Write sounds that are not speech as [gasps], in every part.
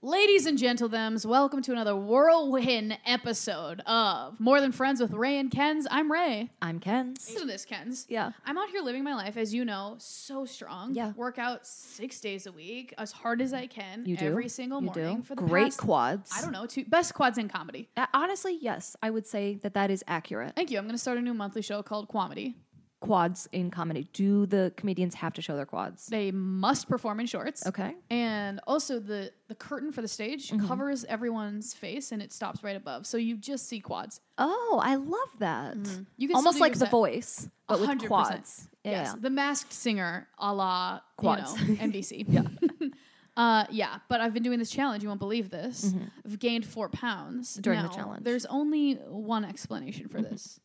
Ladies and gentlemen, welcome to another whirlwind episode of More Than Friends with Ray and Ken's. I'm Ray. I'm Ken's. Listen to this, Ken's. Yeah. I'm out here living my life, as you know, so strong. Yeah. Work out six days a week, as hard as I can. You do every single You do? morning for the great past, quads. I don't know, two best quads in comedy. know. Honestly, yes, I would say that that is accurate. Thank you. I'm going to start a new monthly show called Quamedy. Quads in comedy. Do the comedians have to show their quads? They must perform in shorts. Okay. Mm-hmm. And also the the curtain for the stage covers everyone's face and it stops right above, so you just see quads. Oh, I love that. Mm-hmm. You can Almost still do like your The set. Voice, but with 100%. quads. Yeah. Yes, the masked singer, a la Quads. [laughs] you know, NBC. yeah, [laughs] uh, yeah. But I've been doing this challenge. You won't believe this. I've gained four pounds Mm-hmm. During the Now, challenge. Mm-hmm. There's only one explanation for this: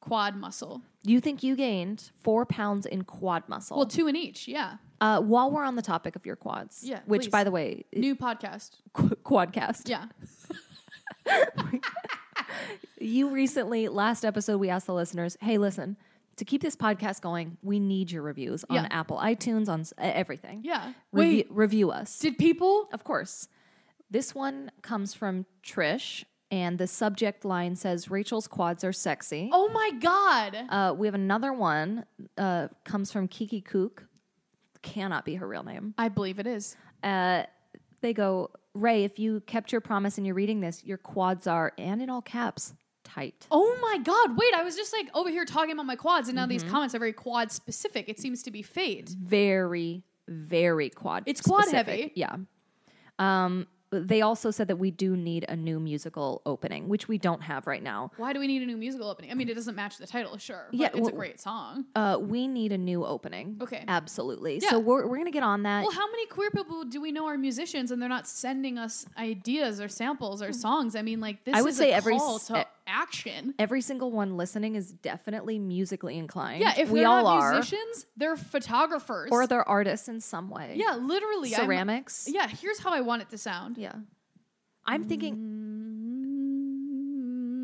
quad muscle. You think you gained four pounds in quad muscle? Well, two in each. Yeah. uh, while we're on the topic of your quads, Yeah, which, please. by the way, [laughs] is New podcast. qu- quadcast. Yeah. You recently, last episode, we asked the listeners, hey, listen, to keep this podcast going, we need your reviews on Yeah. Apple, iTunes, on s- e, everything. Yeah. Revi- Wait, review us. did people? of course. This one comes from Trish, and the subject line says Rachel's quads are sexy. Oh my god. Uh, we have another one uh, comes from Kiki Kook. Cannot be her real name. I believe it is. Uh, they go, Ray, if you kept your promise and you're reading this, your quads are, and in all caps, tight. Oh my god. Wait, I was just like over here talking about my quads, and now Mm-hmm. these comments are very quad specific. It seems to be fate. very, very quad. It's quad specific. heavy. Yeah. Um, they also said that we do need a new musical opening, which we don't have right now. Why do we need a new musical opening? I mean, it doesn't match the title, sure. But Yeah, it's well- a great song. Uh, we need a new opening. Okay. Absolutely. Yeah. So we're, we're going to get on that. Well, how many queer people do we know are musicians and they're not sending us ideas or samples or songs? I mean, like this Hmm. I would is say a every call s- e to action. Every single one listening is definitely musically inclined. Yeah, if we they're all not are. musicians, they're photographers. Or they're artists in some way. yeah, literally I'm- Ceramics. yeah, here's how I want it to sound. Yeah. I'm thinking, Mm-hmm.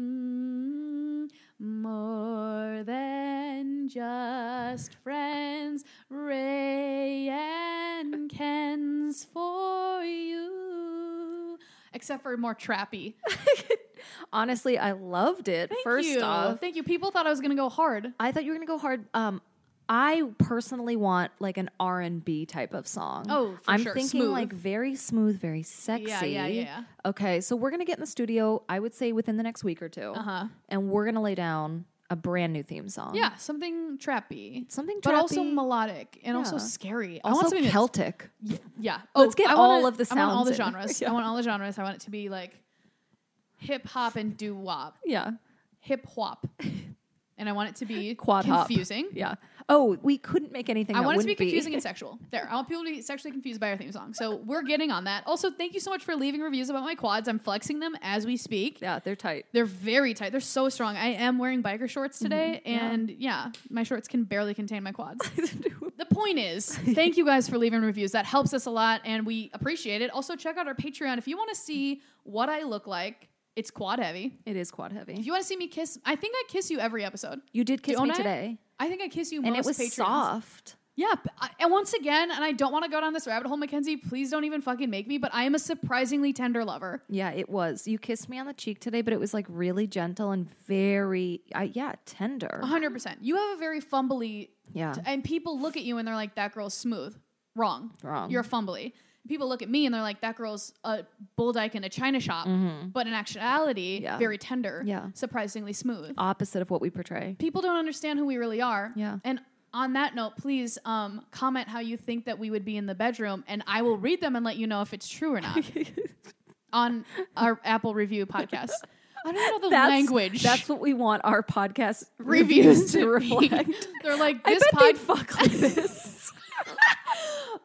Mm, More than just friends, Ray and Ken's for you. Except for more trappy. honestly, I loved it. Thank First you. off, thank you. People thought I was gonna go hard. I thought you were gonna go hard. Um, I personally want like an R and B type of song. Oh, for I'm sure. thinking Smooth. like very smooth, very sexy. yeah, yeah. Okay, so we're gonna get in the studio. I would say within the next week or 2 Uh-huh. and we're gonna lay down a brand new theme song. Yeah, something trappy. something, But also trappy, melodic and also Yeah. scary. I want also something that's- Celtic. Y- Yeah. Oh, Let's get I wanna- all of the I want all the sounds in. [laughs] genres. I want all the genres. I want it to be like hip hop and doo wop, Yeah, hip [laughs] hop, and I want it to be quad hop. confusing. Yeah. Oh, we couldn't make anything. I that want it to be wouldn't confusing [laughs] and sexual. There, I want people to be sexually confused by our theme song. So we're getting on that. Also, thank you so much for leaving reviews about my quads. I'm flexing them as we speak. yeah, they're tight. They're very tight. They're so strong. I am wearing biker shorts Mm-hmm. today, and yeah. my shorts can barely contain my quads. [laughs] the point is, thank you guys for leaving reviews. That helps us a lot, and we appreciate it. Also, check out our Patreon if you want to see what I look like. It's quad heavy. It is quad heavy. If You, you want to see me kiss, I think I kiss you every episode. did kiss Don't me I? today, I think I kiss you and it most was Patreons. soft. Yeah, but I, and once again, and I don't want to go down this rabbit hole, Mackenzie. Please don't even fucking make me. But I am a surprisingly tender lover. Yeah, it was. You kissed me on the cheek today, but it was like really gentle and very, uh, yeah, tender. 100%. You have a very fumbly Yeah. Uh-huh. T- And people look at you and they're like, that girl's smooth. Wrong. Wrong. You're fumbly. People look at me and they're like, that girl's a bull dyke in a china shop. But in actuality, Mm-hmm. Yeah. very tender, Yeah. surprisingly smooth. Opposite of what we portray. People don't understand who we really are. Yeah. And on that note, please um, comment how you think that we would be in the bedroom, and I will read them and let you know if it's true or [laughs] not on our Apple review podcast. I don't know the language. That's what we want [laughs] our podcast reviews reviews to be. [laughs] reflect. They're like I this bet pod- [laughs] they'd fuck like this.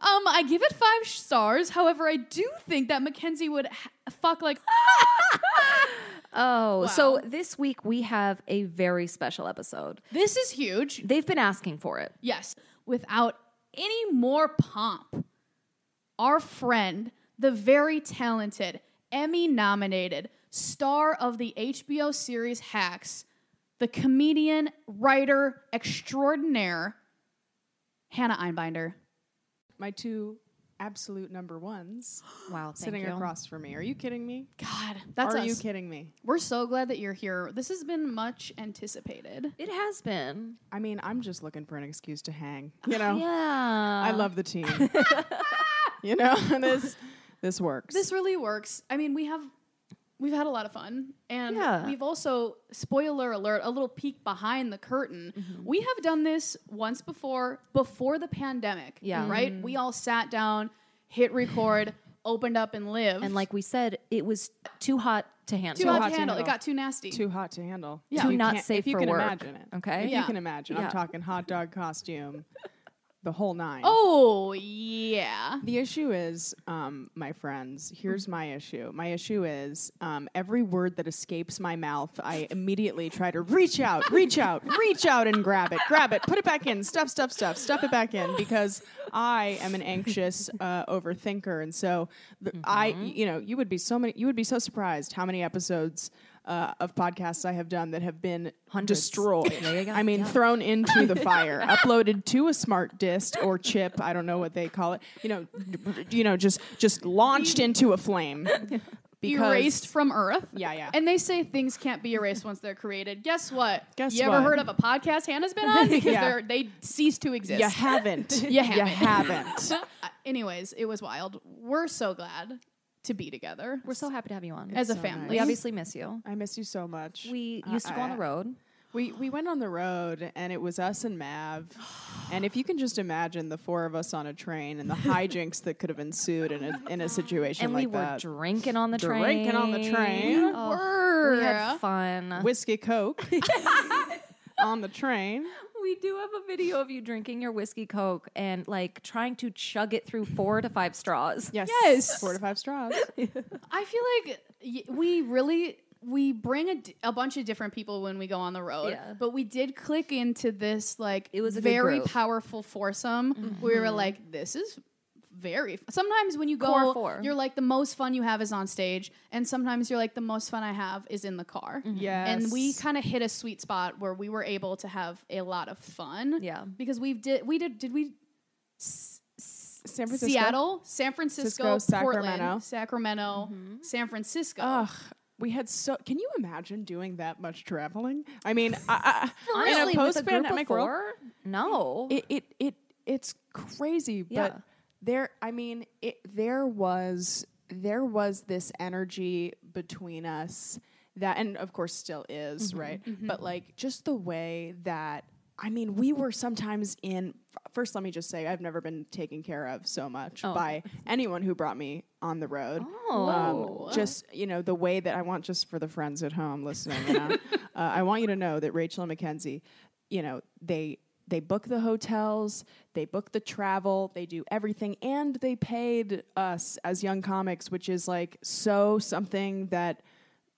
Um, I give it five stars. However, I do think that Mackenzie would ha- fuck like Oh, so Wow. this week we have a very special episode. this is huge. They've been asking for it. Yes, without any more pomp, our friend, the very talented, Emmy-nominated star of the HBO series Hacks, the comedian, writer extraordinaire, Hannah Einbinder. My two absolute number ones Wow, [gasps] thank sitting you. across from me. Are you kidding me? God, that's Are us. you kidding me? We're so glad that you're here. This has been much anticipated. It has been. I mean, I'm just looking for an excuse [laughs] to hang. You Oh, know, Yeah. I love [laughs] the team. you know, [laughs] this this works. This really works. I mean, we have we've had a lot of fun, and Yeah. we've also spoiler alert a little peek behind the curtain. Mm-hmm. We have done this once before, before the pandemic. Yeah. right. Mm-hmm. We all sat down, hit record, [laughs] opened up, and lived. And like we said, it was too hot to handle. too hot hot to to handle. It handle. got too nasty. too hot to handle. Yeah. If Too you not can't- safe if you for can work. Imagine it. Okay. If Yeah. you can imagine, Yeah. I'm talking hot dog costume, the whole nine. oh yeah. The issue is, um, my friends, Mm-hmm. here's my issue. My issue is um, every word that escapes my mouth, I immediately try to reach out, reach [laughs] out, reach out and grab it, grab it, put it back in, stuff, stuff, stuff, stuff it back in because I am an anxious uh, overthinker. And so the, I, Mm-hmm. you know, you would be so many, you would be so surprised how many episodes. Uh, of podcasts I have done that have been Hundreds. destroyed. There you go. I mean, Yeah. thrown into [laughs] the fire, uploaded to a smart disk or chip, I don't know what they call it. You know, you know, just just launched into a [laughs] flame. Because- Erased from Earth. Yeah, yeah. And they say things can't be erased once they're created. Guess what? Guess you what? ever heard of a podcast Hannah's been [laughs] on? Because Yeah. they're, they cease to exist. You [laughs] haven't. You haven't. haven't. Uh, Anyways, it was wild. We're so glad to be together [laughs] We're so happy to have you on. as a so family. nice. we obviously miss you. I miss you so much. We I- used to go on I- the road. We we went on the road and it was us [sighs] and Mav. And if you can just imagine the four of us on a train and the hijinks that could have ensued in a [laughs] in a situation And like we were that. drinking on the train. Drinking on the train. Oh, Were. we had fun. [laughs] Whiskey Coke on the train. We do have a video of you drinking your whiskey coke and like trying to chug it through four to five straws. Yes. Yes. Four to five [laughs] straws. I feel like y- we really we bring a, d- a bunch of different people when we go on the road, Yeah. but we did click into this like It was a good very group. Mm-hmm. powerful foursome. We were like, this is very. F-. Sometimes when you Core go, four. you're like the most fun you have is on stage, and sometimes you're like the most fun I have is in the car. Mm-hmm. Yes. And we kind of hit a sweet spot where we were able to have a lot of fun. Yeah. because we did we did did we San Francisco. Seattle, San Francisco, Francisco, Portland, Sacramento. Sacramento, Mm-hmm. San Francisco. Ugh. We had so. Can you imagine doing that much traveling? I mean, I, [laughs] I, in a Honestly, with a group of post-pandemic world, four, no. it, it it it's crazy. Yeah. But there, I mean, it, there was there was this energy between us that, and of course, still is Mm-hmm, right. But like, just the way that. I mean, we were sometimes in. First, let me just say, I've never been taken care of so much by anyone who brought me on the road Oh. um, just you know the way that I want just for the friends at home listening. [laughs] You know, uh, I want you to know that Rachel and Mackenzie, you know, they they book the hotels, they book the travel, they do everything, and they paid us as young comics, which is like so something that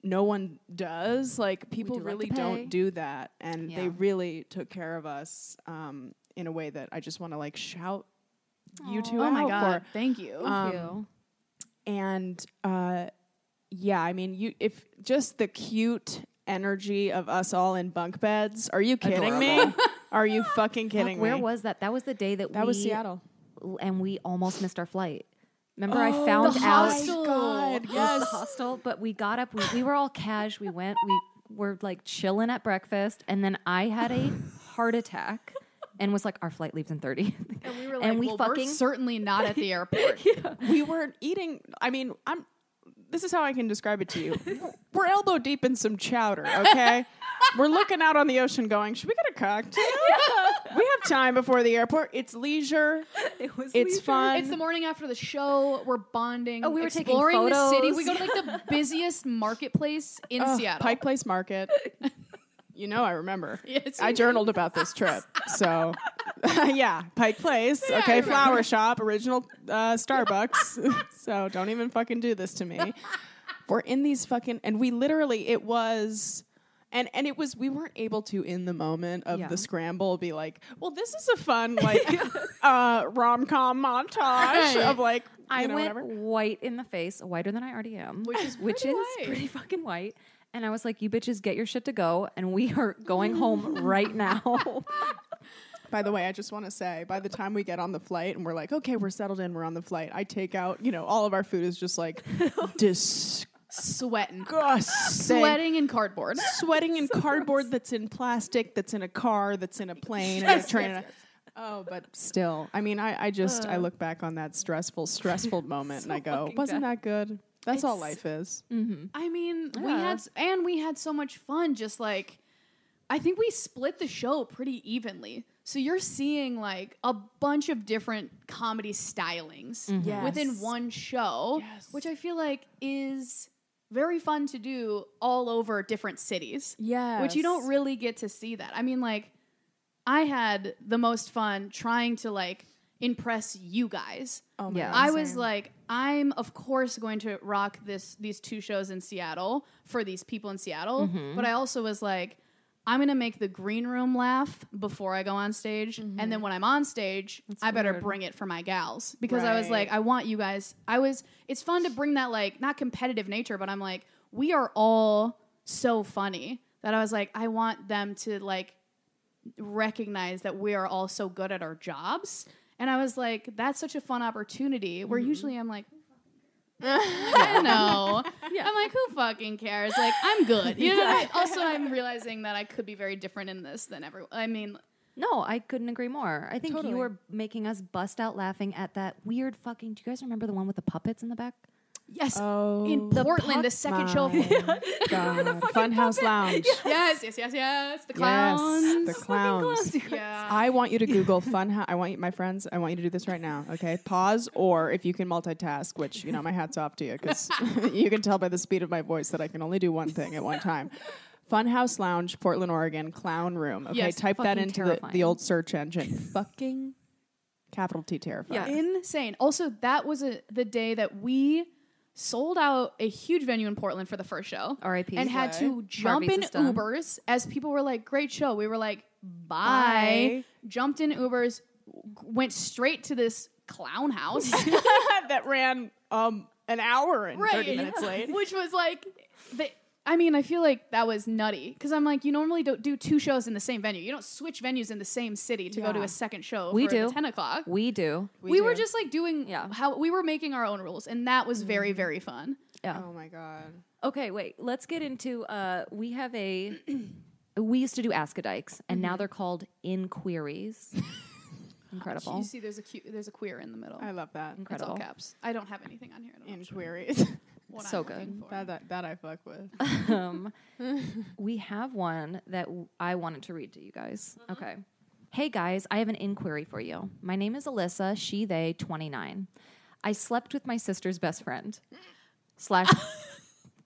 no one does. Like people do like to really pay. don't do that, and Yeah. they really took care of us um, in a way that I just want to like shout. You two oh out my god! for Um, Thank you. Thank you. and uh, yeah, I mean, you if just the cute energy of us all in bunk beds. Are you kidding me? [laughs] Are you fucking Fuck, kidding where me? was that? That was the day that, that we was Seattle. and we almost missed our flight. Remember, Oh, I found the out hostel. God, it was the yes. hostel, but we got up. We, we were all cash. We went. We were like chilling at breakfast, and then I had a heart attack and was like, "Our flight leaves in 30. and we were and like, we well, fucking- [laughs] we're certainly not at the airport. we were eating. I mean, I'm. This is how I can describe it to you. we're elbow deep in some chowder. Okay. We're looking out on the ocean going, should we get a cocktail? We have time before the airport. It's leisure. it was. It's fun. It's the morning after the show. We're bonding. Oh, we were taking exploring the city. We go photos. to like the busiest marketplace in Ugh, Seattle. [laughs] Ah, Pike Place Market. you know, I remember. Yes, I you journaled about this trip. So [laughs] yeah, Pike Place. okay, remember. flower shop, original uh, Starbucks. [laughs] so don't even fucking do this to me. We're in these fucking, and we literally, it was. And, and it was we weren't able to in the moment of Yeah. the scramble be like well this is a fun like uh, rom com montage of like you I know, went whatever. white in the face, whiter than I already am, Which is which pretty is white. pretty fucking white. And I was like, "You bitches, get your shit to go, and we are going [laughs] home right now." By the way, I just want to say, by the time we get on the flight and we're like, okay, we're settled in, we're on the flight. I take out, you know, all of our food is just [laughs] like disgusting, Sweating. Sweating in cardboard. sweating in cardboard that's in plastic, that's in a car, that's in a plane, and a train. and a- Oh, but still, I mean, I, I just I look back on that stressful, [laughs] stressful moment, and I go, fucking wasn't that good? That's all life is. I mean, we Yeah. had s- and we had so much fun. Just like, I think we split the show pretty evenly. So you're seeing like a bunch of different comedy stylings within Yes. one show, which I feel like is very fun to do all over different cities. Yeah, Which you don't really get to see that. I mean, like, I had the most fun trying to like impress you guys. Oh my [laughs] Yeah. God. I was like, I'm of course going to rock this these two shows in Seattle for these people in Seattle. But I also was like, I'm gonna make the green room laugh before I go on stage, and then when I'm on stage, I better bring it for my gals because I was like, Right. I want you guys. I was. It's fun to bring that like not competitive nature, but I'm like, we are all so funny that I was like, I want them to like recognize that we are all so good at our jobs. And I was like, that's such a fun opportunity. Where Mm-hmm. usually [laughs] I'm like, I know. I'm like, who fucking cares? Like, I'm good. You know. what I mean? Also, I'm realizing that I could be very different in this than everyone. I mean, No, I couldn't agree more. I think Totally. you were making us bust out laughing at that weird fucking. Do you guys remember the one with the puppets in the back? yes, Oh, in Portland, the second show. Of- God. Funhouse Lounge. [laughs] yes, yes, yes, yes. The Yes, clowns. the clowns. yeah. Uh, [laughs] I want [laughs] you to Google fun. Ho- I want you, my friends. I want you to do this right now. Okay, pause, or if you can multitask, which you know, my hat's off to you because [laughs] you can tell by the speed of my voice that I can only do one thing at one time. Funhouse Lounge, Portland, Oregon, Clown Room. Okay, Yes, type that fucking into the, the terrifying. old search engine. fucking capital T terrifying. insane. Also, that was a, the day that we sold out a huge venue in Portland for the first show. R.I.P.. And had to jump Harvey's is in done. Ubers as people were like, "Great show." We were like, "Bye." Bye. Jumped in Ubers, w- went straight to this clown [laughs] house, that ran um an hour and thirty [laughs] minutes [laughs] late. which was like, the, I mean, I feel like that was nutty because I'm like, you normally don't do two shows in the same venue. You don't switch venues in the same city to go to Yeah. a second show. We for the do. ten o'clock. We do. we, were do. just like doing Yeah. how we were making our own rules and that was very Mm-hmm. very fun Yeah. Oh my god. Okay, wait. Let's get into. Uh, we have a. we used to do ask a dykes, and Mm-hmm. now they're called [laughs] inquiries. you Incredible. see there's a que- there's a queer in the middle I love that. it's all Incredible. caps i don't have anything on here I don't know In queries. what So I'm looking for. [laughs] that, that that I fuck with. [laughs] Um, we have one that w- I wanted to read to you guys. Uh-huh. Okay. Hey guys, I have an inquiry for you. My name is Alyssa, she, they, 29. I slept with my sister's [laughs] best friend slash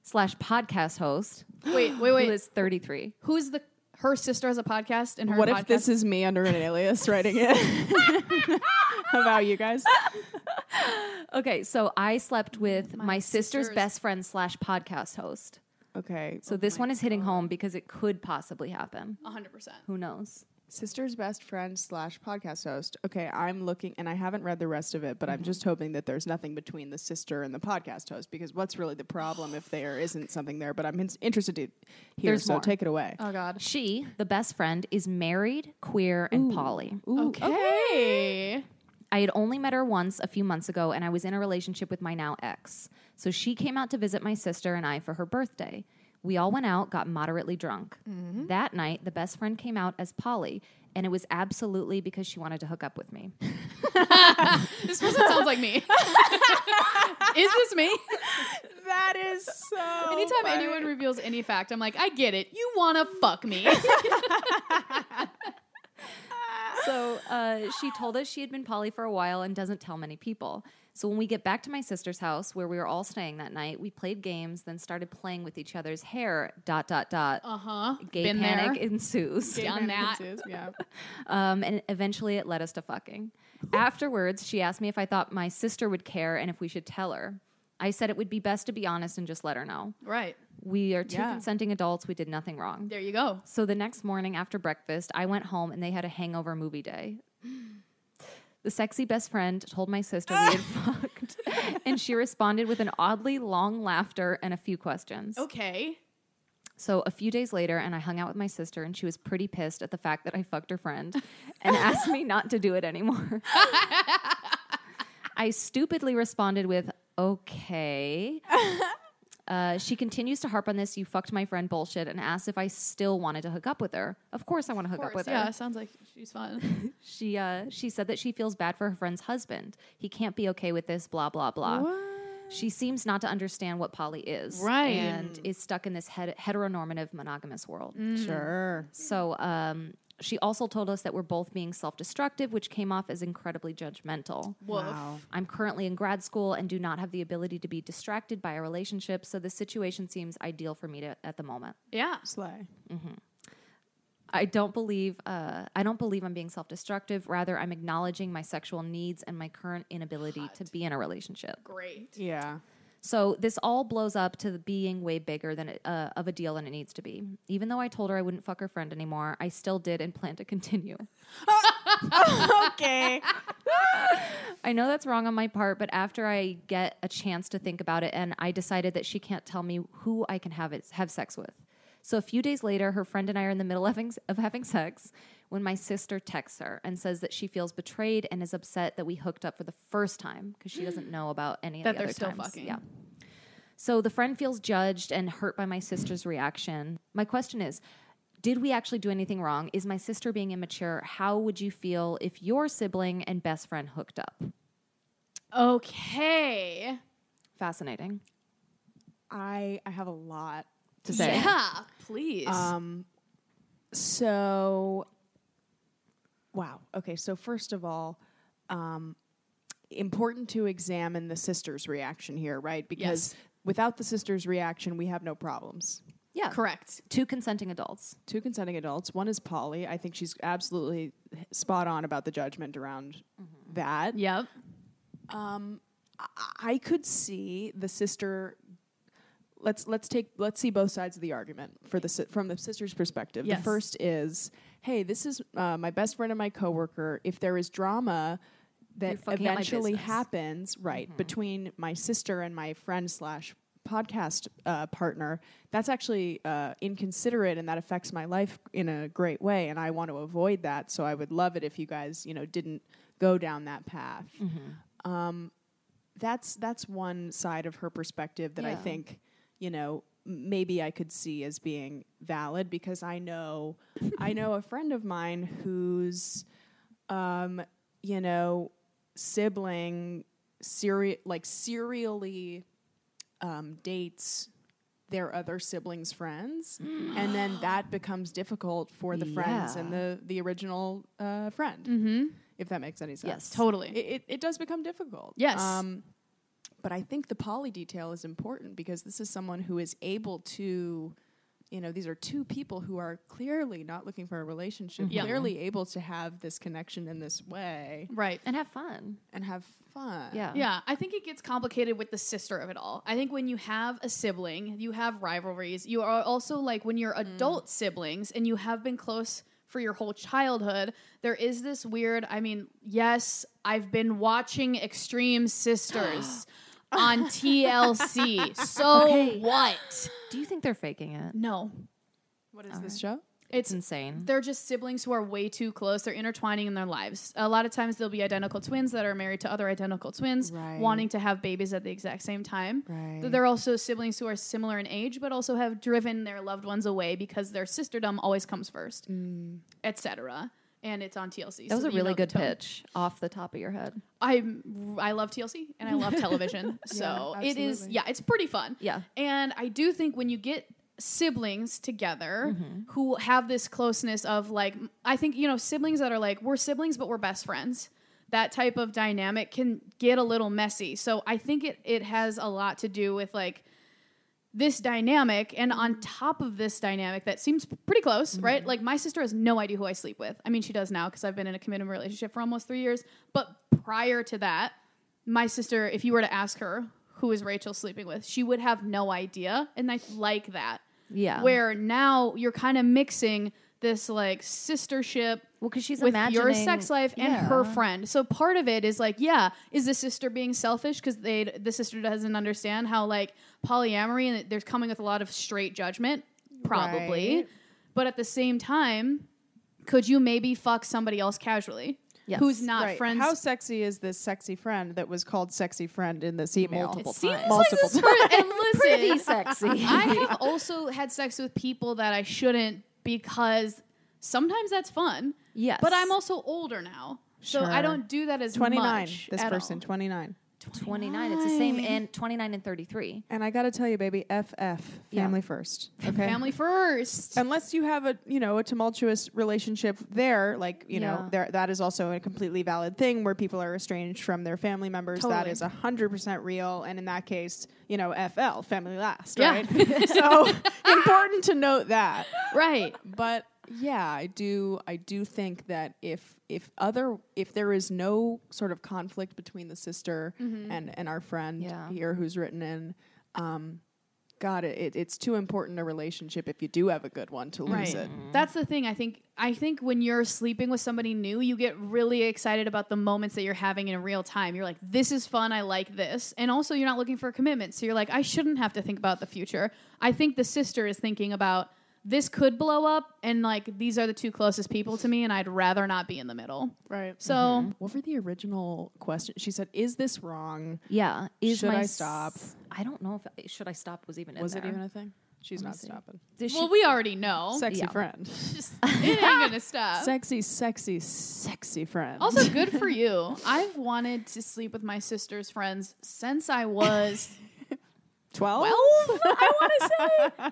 slash podcast host [gasps] wait wait wait who is 33. who's the her sister has a podcast and her What podcast if this is me under an alias writing it [laughs] about you guys? Okay, so I slept with Mm, my, sister's, Oh sister's- best friend slash podcast host. Okay. So this one is hitting home because it could possibly happen. 100% Who knows? sister's best friend slash podcast host. Okay, I'm looking, and I haven't read the rest of it, but I'm just hoping that there's nothing between the sister and the podcast host because what's really the problem if there isn't something there? But I'm in- interested to hear, There's so more. take it away. oh god She, the best friend, is married, queer, and poly. Oh. okay, I had only met her once a few months ago, and I was in a relationship with my now ex. So she came out to visit my sister and I for her birthday. We all went out, got moderately drunk. That night, the best friend came out as Polly, and it was absolutely because she wanted to hook up with me. this person sounds like [laughs] me is this me that is so. anytime anyone reveals any fact i'm like i get it you wanna fuck [laughs] me so uh, she told us she had been Polly for a while and doesn't tell many people. So when we get back to my sister's house where we were all staying that night, we played games, then started playing with each other's hair. Dot dot dot. Uh huh. Gay Been panic there. ensues. Gay done that. Differences, [laughs] Yeah. Um, and eventually it led us to fucking. Afterwards, she asked me if I thought my sister would care and if we should tell her. I said it would be best to be honest and just let her know. Right. We are two Yeah. consenting adults. We did nothing wrong. There you go. So the next morning after breakfast, I went home and they had a hangover movie day. The sexy best friend told my sister we had fucked, and she responded with an oddly long laughter and a few questions. Okay. So a few days later, and I hung out with my sister, and she was pretty pissed at the fact that I fucked [laughs] her friend and asked me not to do it anymore. I stupidly responded with, [laughs] okay. Uh, she continues to harp on this you fucked my friend bullshit and asks if I still wanted to hook up with her. Of course, I want to hook up Course, with yeah, her. sounds like she's [laughs] fun. She uh, she said that she feels bad for her friend's husband. He can't be okay with this. Blah blah blah. She seems not to understand what poly is, Right. And is stuck in this het- heteronormative monogamous world. Mm. Sure. So um, she also told us that we're both being self destructive, which came off as incredibly judgmental. Woof. I'm currently in grad school and do not have the ability to be distracted by a relationship, so the situation seems ideal for me to, at the moment. Yeah. Slay. I don't believe uh, I don't believe I'm being self-destructive. Rather, I'm acknowledging my sexual needs and my current inability to be in a relationship. Great. Yeah. So this all blows up to the being way bigger than it, uh, of a deal than it needs to be. Even though I told her I wouldn't fuck her friend anymore, I still did and plan to continue. [laughs] Okay. [laughs] I know that's wrong on my part, but after I get a chance to think about it, and I decided that she can't tell me who I can have it, have sex with. So a few days later, her friend and I are in the middle of having, of having sex when my sister texts her and says that she feels betrayed and is upset that we hooked up for the first time because she [gasps] doesn't know about any That of the they're other still times. fucking. Yeah. So the friend feels judged and hurt by my sister's reaction. My question is Did we actually do anything wrong? Is my sister being immature? How would you feel if your sibling and best friend hooked up? Okay. Fascinating I I have a lot. to say. Yeah. Please. Um so wow. Okay, so first of all, um important to examine the sister's reaction here, right? Because Yes. without the sister's reaction, we have no problems. Yeah. Correct. Two consenting adults. two consenting adults. One is Polly. I think she's absolutely spot on about the judgment around that. Yep. I- I could see the sister. Let's let's take let's see both sides of the argument for the si- from the sister's perspective. Yes. The first is, hey, this is uh, my best friend and my coworker. If there is drama that You're fucking up my eventually business. Mm-hmm. happens, right between my sister and my friend slash podcast uh, partner, that's actually uh, inconsiderate and that affects my life in a great way. And I want to avoid that, so I would love it if you guys, you know, didn't go down that path that's that's one side of her perspective that I Yeah. think, you know, m- maybe I could see as being valid because I know I know a friend of mine who's um, you know, sibling seri- like serially um, dates their other siblings' friends, Mm. and then that becomes difficult for the friends and the the original uh, friend. Mm-hmm. If that makes any sense, Yes. Totally. It, it, it does become difficult. Yes. Um, but I think the poly detail is important because this is someone who is able to, you know, these are two people who are clearly not looking for a relationship, Yeah. clearly able to have this connection in this way right. And have fun. and have fun. Yeah. Yeah, I think it gets complicated with the sister of it all. I think when you have a sibling, you have rivalries. You are also like when you're Mm. adult siblings and you have been close for your whole childhood, there is this weird, I mean, yes, I've been watching Extreme [gasps] Sisters on [laughs] TLC. So what? Do you think they're faking it? No. What is this show? It's insane. They're just siblings who are way too close. They're intertwining in their lives. A lot of times they'll be identical twins that are married to other identical twins, Right. wanting to have babies at the exact same time. Right. They're also siblings who are similar in age, but also have driven their loved ones away because their sisterdom always comes first, etc. And it's on TLC. Mm. That was so a you know really the good tone. pitch off the top of your head. I I love TLC and I love [laughs] television. so it is absolutely. yeah, it's pretty fun. Yeah. And I do think when you get siblings together who have this closeness of like I think you know siblings that are like we're siblings but we're best friends. that type of dynamic can get a little messy. So I think it it has a lot to do with like this dynamic and on top of this dynamic that seems pretty close right like my sister has no idea who i sleep with i mean she does now because i've been in a committed relationship for almost three years but prior to that my sister if you were to ask her who is rachel sleeping with she would have no idea and i like that Yeah. where now you're kind of mixing this like sistership Well, because she's with imagining your sex life and [laughs] her Yeah. friend. So part of it is like, yeah, is the sister being selfish because they the sister doesn't understand how like polyamory and there's coming with a lot of straight judgment, probably. Right. But at the same time, could you maybe fuck somebody else casually Yes. who's not Right. friends? How sexy is this sexy friend that was called sexy friend in this email? Multiple it seems like times. Multiple this friend- and pretty listen, [laughs] sexy. I [laughs] have also had sex with people that I shouldn't because sometimes that's fun. Yes. But I'm also older now. So Sure. I don't do that as 29. much. This at person, all. 29. 29. It's the same in 29 and 33. And I got to tell you, baby, FF, family Yeah. first. Okay. Family first. Unless you have a you know a tumultuous relationship there, like you know Yeah. there, that is also a completely valid thing where people are estranged from their family members. That Totally. is hundred percent real, and in that case, you know FL family last, Yeah. [laughs] right? [laughs] so important to note that. right. but yeah i do i do think that if if other if there is no sort of conflict between the sister and and our friend Yeah. here who's written in um god it, it, it's too important a relationship if you do have a good one to lose Right. it That's the thing. I think I think when you're sleeping with somebody new, you get really excited about the moments that you're having in real time. You're like, this is fun, I like this. And also you're not looking for a commitment. So you're like, I shouldn't have to think about the future. I think the sister is thinking about this could blow up and like these are the two closest people to me and I'd rather not be in the middle. right So what were the original question she said is this wrong Yeah. Is Should my I stop? s- I don't know if should I stop was even in was there. it even a thing she's not see. stopping Does she- well, we already [laughs] know. sexy Yeah. friend Just- it ain't gonna stop. sexy sexy sexy friend Uh, Also, good for you. I've wanted to sleep with my sister's friends since I was 12 12, I want to say.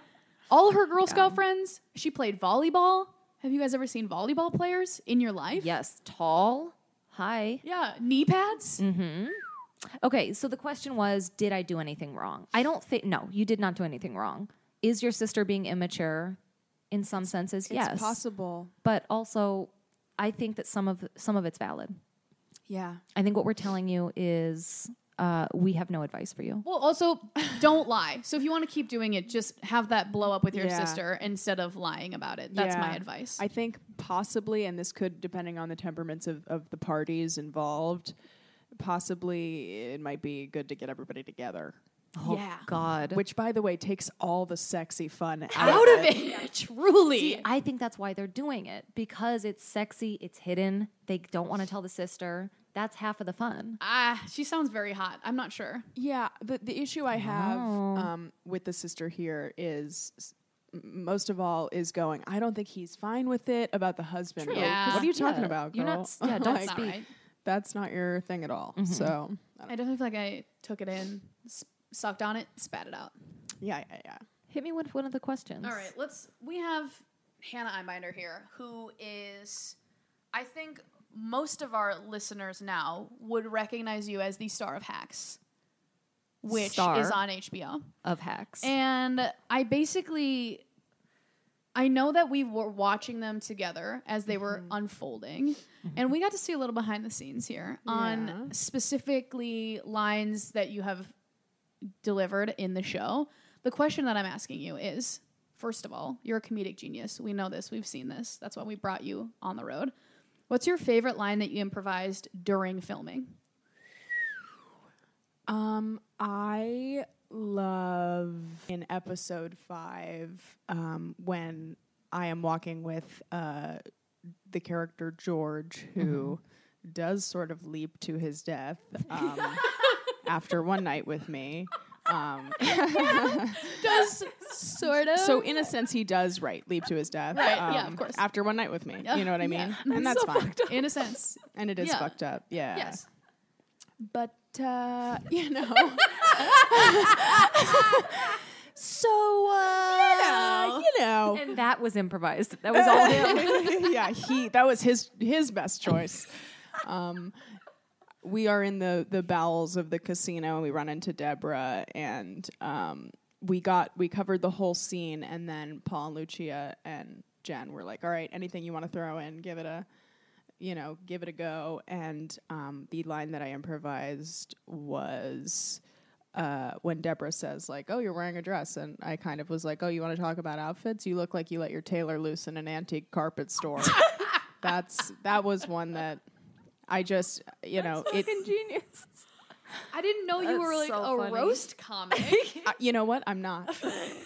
All her Girl Scout friends, she played volleyball. Have you guys ever seen volleyball players in your life? yes, tall, high. Yeah, knee pads. Okay, so the question was, did I do anything wrong? I don't think no, you did not do anything wrong. Is your sister being immature in some senses? yes. it's possible But also I think that some of some of it's valid. yeah I think what we're telling you is uh, we have no advice for you. Well, also, don't lie. So if you want to keep doing it, just have that blow up with your Yeah. sister instead of lying about it. That's my Yeah. advice. I think possibly, and this could, depending on the temperaments of, of the parties involved, possibly it might be good to get everybody together. Oh Yeah. God. Which, by the way, takes all the sexy fun out, Out of it, [laughs] truly. See, I think that's why they're doing it because it's sexy, it's hidden. They don't want to tell the sister. That's half of the fun. ah, she sounds very hot. I'm not sure. Yeah, the the issue I have Wow. um, with the sister here is. s- m- Most of all, is going. I don't think he's fine with it about the husband. Like, Yeah. What are you talking Yeah. about? Girl? You're not- yeah, [laughs] don't That's Like, not speak. right. Mm-hmm. That's not your thing at all. So, I don't- I definitely feel like I took it in, s- sucked on it, spat it out. yeah, yeah, yeah. Hit me with one of the questions. All right, let's. We have Hannah Einbinder here, who is, I think, most of our listeners now would recognize you as the star of Hacks, which is Star. on HBO. Of hacks. And I basically, I know that we were watching them together as they were unfolding, and we got to see a little behind the scenes here Yeah. on specifically lines that you have delivered in the show. The question that I'm asking you is. First of all, you're a comedic genius. We know this. We've seen this. That's why we brought you on the road. What's your favorite line that you improvised during filming? Um, I love in episode five um, when I am walking with uh, the character George, who Mm-hmm. does sort of leap to his death [laughs] um, after one night with me. Um, Does sort of. so in a sense, he does right leap to his death. um, Right, yeah, of course. After one night with me, you know what I mean, Yeah. [laughs] [laughs] and that's fine. in a sense, And it is Yeah. fucked up. Yeah. yes. but uh, [laughs] you know. so uh, you know, And that was improvised. [laughs] That was all him. yeah, he that was his his best choice. Um, we are in the the bowels of the casino and we run into Deborah and um we got we covered the whole scene and then Paul and Lucia and Jen were like, All right, anything you want to throw in, give it a you know, give it a go. And um the line that I improvised was uh, when Deborah says like, "Oh, you're wearing a dress," and I kind of was like, "Oh, you want to talk about outfits? You look like you let your tailor loose in an antique carpet store." That's that was one that I just you know it. Ingenious. I didn't know you were That's like so a funny. roast comic. [laughs] I- you know what? I'm not.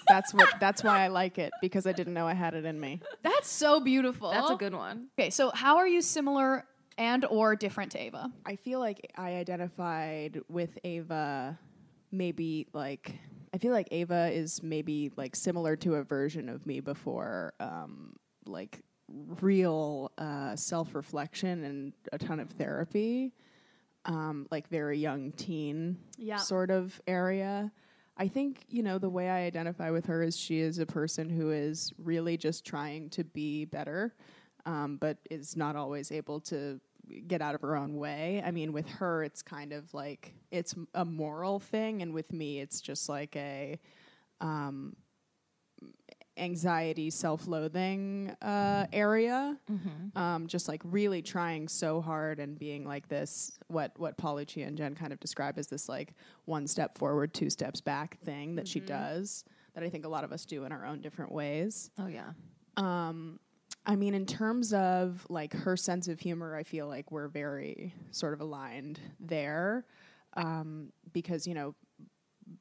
That's what. That's why I like it because I didn't know I had it in me. That's so beautiful. That's a good one. Okay, so how are you similar and or different to Ava? I feel like I identified with Ava, maybe like I feel like Ava is maybe like similar to a version of me before, um, like real uh, self reflection and a ton of therapy, um, like very young teen Yeah. sort of area. I think you know the way I identify with her is she is a person who is really just trying to be better um, but is not always able to get out of her own way. I mean, with her, it's kind of like it's m- a moral thing, and with me, it's just like a um, anxiety, self loathing uh, area. Um, just like really trying so hard and being like this, what what Paulucci and Jen kind of describe as this like one step forward, two steps back thing that she does. That I think a lot of us do in our own different ways. Oh yeah. I mean, in terms of like her sense of humor, I feel like we're very sort of aligned there um, because, you know,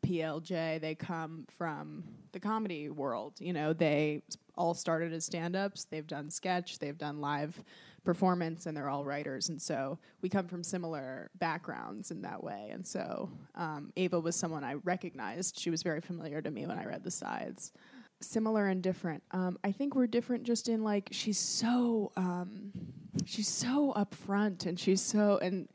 PLJ, they come from the comedy world. You know, they s- all started as stand ups, they've done sketch, they've done live performance, and they're all writers. And so we come from similar backgrounds in that way. And so um, Ava was someone I recognized. She was very familiar to me when I read the sides similar and different. Um, I think we're different just in like she's so um, she's so upfront and she's so and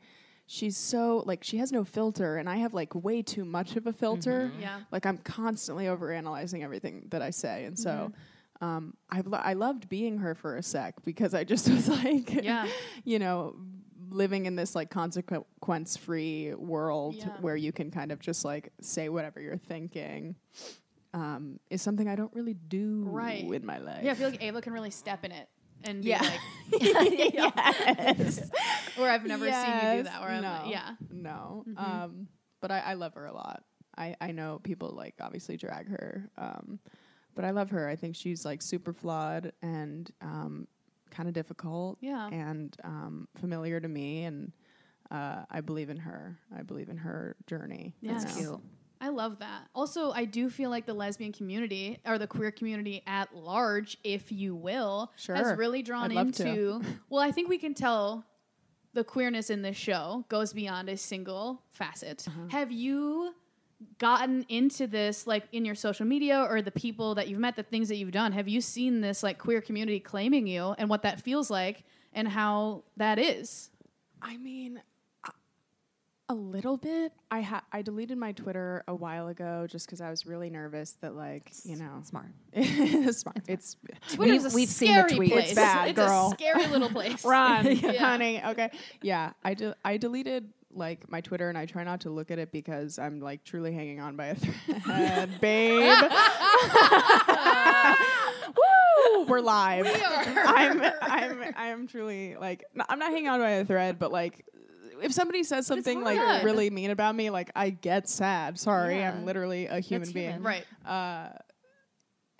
she's so like she has no filter and I have like way too much of a filter. Yeah. like I'm constantly overanalyzing everything that I say, and so. Mm-hmm. Um, I've lo- I loved being her for a sec because I just [laughs] was like, Yeah. you know, living in this like consequence free world Yeah. where you can kind of just like say whatever you're thinking um, is something I don't really do Right. in [laughs] my life. Yeah, I feel like Ava can really step in it and be Yeah. [laughs] like, yes. where I've never seen you do Yes. that. Where I'm like, No. yeah, Mm-hmm. No. Um, but I, I love her a lot. I, I know people like obviously drag her. Um, but I love her. I think she's like super flawed and um, kind of difficult. Yeah. And um, familiar to me. And uh, I believe in her. I believe in her journey. you That's know? Yes. cute. I love that. Also, I do feel like the lesbian community or the queer community at large, if you will, Sure. has really drawn I'd love to. [laughs] into. Well, I think we can tell the queerness in this show goes beyond a single facet. Uh-huh. Have you gotten into this like in your social media or the people that you've met, the things that you've done? Have you seen this like queer community claiming you and what that feels like and how that is? I mean, a- a little bit. I ha- I deleted my Twitter a while ago just because I was really nervous that like you know Smart. [laughs] it's smart. It's Twitter's a we've seen the scary tweets. place. [laughs] It's bad, It's a girl. scary little [laughs] place. run, Yeah. honey. Okay, yeah. I de- I deleted like my Twitter and I try not to look at it because I'm like truly hanging on by a thread, babe. Woo, we're live. I'm I'm I'm truly like n- I'm not hanging on by a thread, but like if somebody says something like hard. really mean about me, like I get sad. Sorry, Yeah. I'm literally a human That's being. human. [laughs] Right.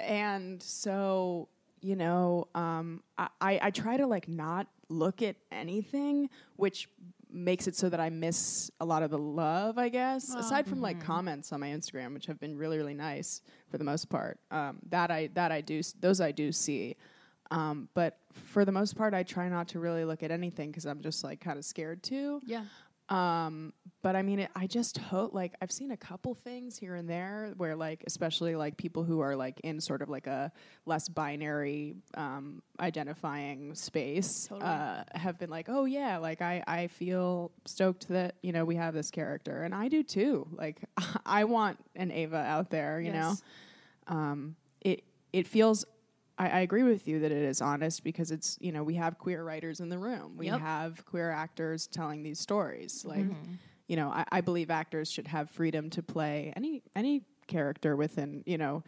And so, you know, um, I, I, I try to like not look at anything, which makes it so that I miss a lot of the love, I guess. Aside from like comments on my Instagram, which have been really, really nice for the most part. Um, that I that I do s- those I do see. Um, but for the most part, I try not to really look at anything because I'm just like kind of scared to. Yeah. Um, but I mean, it, I just hope like I've seen a couple things here and there where like especially like people who are like in sort of like a less binary um, identifying space uh, have been like, oh yeah, like I I feel stoked that you know we have this character and I do too. Like [laughs] I want an Ava out there, you know. Yes. Um, it it feels I, I agree with you that it is honest because it's you know we have queer writers in the room, we Yep. have queer actors telling these stories. Like, Mm-hmm. you know, I, I believe actors should have freedom to play any any character within you know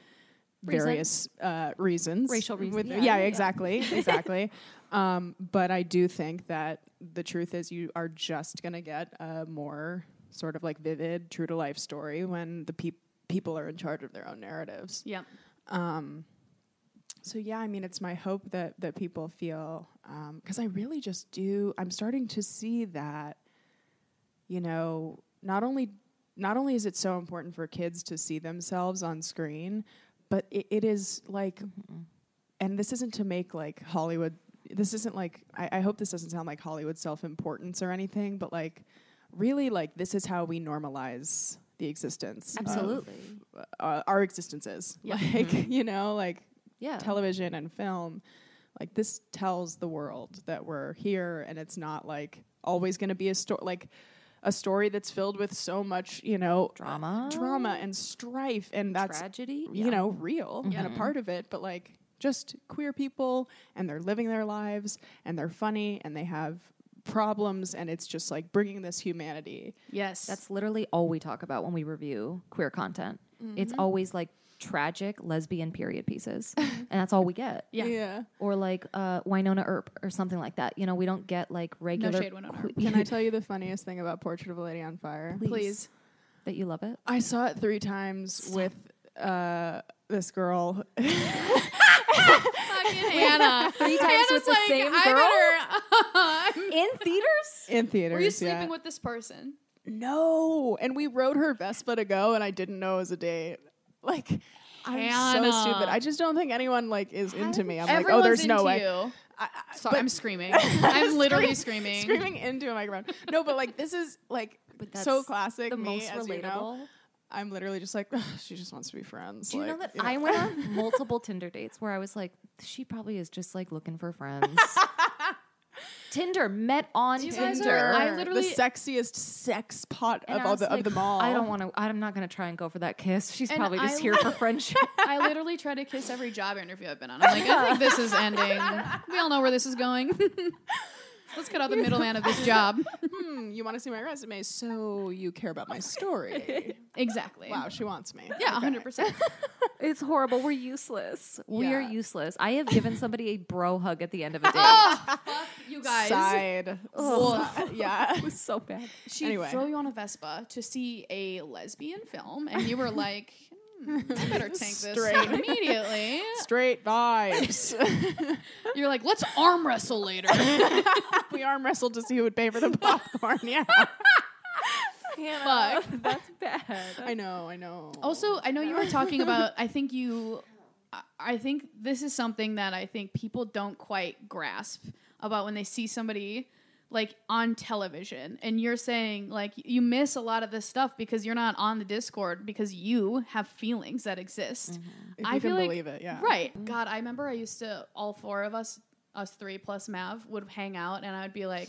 Reason. various uh, reasons, Racial reason, With- yeah. yeah, [laughs] exactly, exactly. Um, but I do think that the truth is, you are just gonna get a more sort of like vivid, true to life story when the peop people are in charge of their own narratives. Yep. So yeah, I mean, it's my hope that that people feel because I really just do. I'm starting to see that, you know, not only not only is it so important for kids to see themselves on screen, but it, it is like, and this isn't to make like Hollywood. This isn't like I, I hope this doesn't sound like Hollywood self importance or anything, but like really like this is how we normalize the existence of, Absolutely. uh, our existences like [laughs] you know like Mm-hmm. Yeah. television and film like this tells the world that we're here and it's not like always going to be a story like a story that's filled with so much you know Drama. drama and strife and that's Tragedy. you know real and a part of it but like just queer people and they're living their lives and they're funny and they have problems and it's just like bringing this humanity Yes. That's literally all we talk about when we review queer content. It's always like tragic lesbian period pieces, and that's all we get. Yeah. yeah Or like uh, Winona Earp or something like that. You know, we don't get like regular. shade, Winona Earp. [laughs] Can I tell you the funniest thing about Portrait of a Lady on Fire? Please. [laughs] that you love it. I saw it three times with uh, this girl. [laughs] Fucking Hannah. Three times Hannah's with the like, same I [laughs] better- In theaters. in theaters. Were you sleeping yeah. with this person? No, and we rode her Vespa to go, and I didn't know it was a date. Like, I'm so Hannah. stupid. I just don't think anyone like is into me. I'm like, oh, Everyone's there's into no way. You. I- I- Sorry, but- I'm [laughs] screaming. I'm literally screaming. Screaming into a microphone. No, but like this is like [laughs] But so that's classic. The me, most as relatable. You know. I'm literally just like, [sighs] she just wants to be friends. Do you know Like, that I went [laughs] on multiple Tinder dates where I was like, she probably is just like looking for [laughs] friends. Tinder met on you guys Tinder. are- I Tinder, literally- the sexiest sex pot And I of all was the like, of them all. I don't want to. I'm not going to try and go for that kiss. She's And probably just I- here [laughs] for friendship. I literally try to kiss every job interview I've been on. I'm like, I think this is ending. We all know where this is going. [laughs] Let's cut [laughs] out the middleman of this job. Hmm, you want to see my resume, so you care about my story. [laughs] exactly. wow, she wants me. Yeah, Okay. 100%. It's horrible. We're useless. We are Yeah. useless. I have given somebody a bro hug at the end of [laughs] a date. You guys. Side. Si- yeah. It [laughs] was so bad. She Anyway. throw you on a Vespa to see a lesbian film, and you were like, hmm, I better [laughs] tank this Straight. immediately. Straight [laughs] vibes. You're like, let's arm wrestle later. we arm wrestled to see who would pay for the popcorn. [laughs] Yeah. Fuck. [laughs] That's bad. I know, I know. Also, I know you were talking about. I think you. I- I think this is something that I think people don't quite grasp about when they see somebody like on television and you're saying like you miss a lot of this stuff because you're not on the discord because you have feelings that exist If I you can feel like- believe it, yeah. Right. God, I remember I used to all four of us, us three plus Mav, would hang out and I would be like,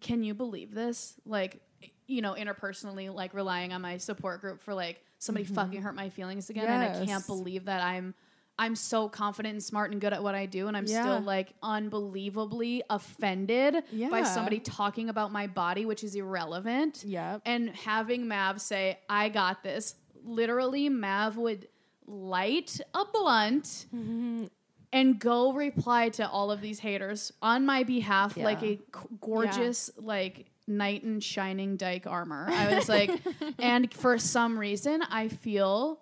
Can you believe this? Like you know, interpersonally, like relying on my support group for like somebody fucking hurt my feelings again and I Mm-hmm. Yes. can't believe that I'm I'm so confident and smart and good at what I do and I'm Yeah. still like unbelievably offended by Yeah. somebody talking about my body which is irrelevant Yep. and having Mav say, I got this. Literally, Mav would light a blunt Mm-hmm. and go reply to all of these haters on my behalf, Yeah. like a g- gorgeous, like knight in shining dyke armor. I was like, [laughs] and for some reason, I feel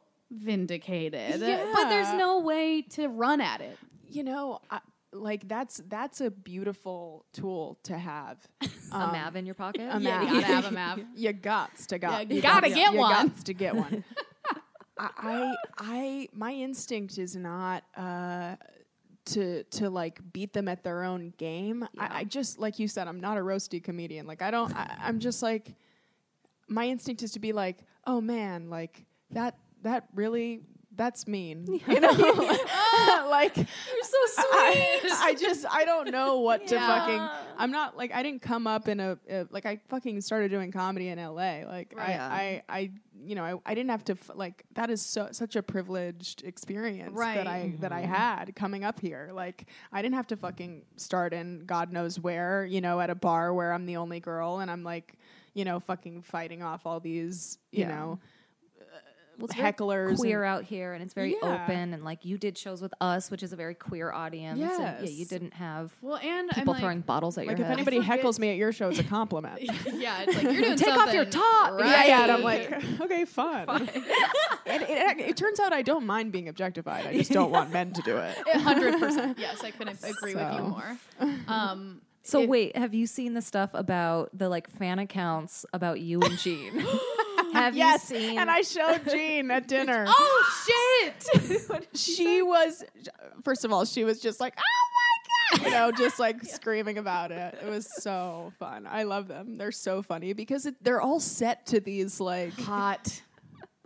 vindicated. But there's Yeah. no way to run at [laughs] it. You know, I, like that's that's a beautiful tool to have. Um, a Mav in your pocket. a You Mav. gotta have a map. You gots to got. You gotta get [laughs] you one. gots to get [laughs] one. I, I, I, my instinct is not uh, to to like beat them at their own game. I, I just like you said, I'm not a roasty comedian. Like I don't. I, I'm just like my instinct is to be like, oh man, like that that really that's mean. [laughs] You know, [laughs] like so I, I just I don't know what to Yeah. fucking. I'm not like I didn't come up in a, a like I fucking started doing comedy in L.A. Like Right. Yeah. I, I I you know I, I didn't have to f- like that is so such a privileged experience Right. that I that I had coming up here. Like I didn't have to fucking start in God knows where you know at a bar where I'm the only girl and I'm like you know fucking fighting off all these you Yeah. know well, it's very hecklers. and- queer out here and it's very Yeah. open and like you did shows with us which is a very queer audience and yeah you Yes. didn't have Well, [laughs] and [laughs] people I'm like, throwing bottles at [laughs] like your if head anybody forget- heckles me at your show, it's [laughs] a compliment. yeah, it's like you're doing Take off your something top. Right. Yeah, yeah. And [laughs] I'm like, [laughs] okay, fun. and it, it, it turns out I don't mind being objectified. I just don't want men to do it. [laughs] hundred percent. Yes, I couldn't agree with you So. [laughs] more. Um, so it- wait have you seen the stuff about the like fan accounts about you and Gene [laughs] have yes. you seen And I showed Jean at dinner. oh shit! [laughs] she was, first of all, she was just like, oh my God, you know, just like screaming about it. It was so fun. I love them. They're so funny because it, they're all set to these like hot,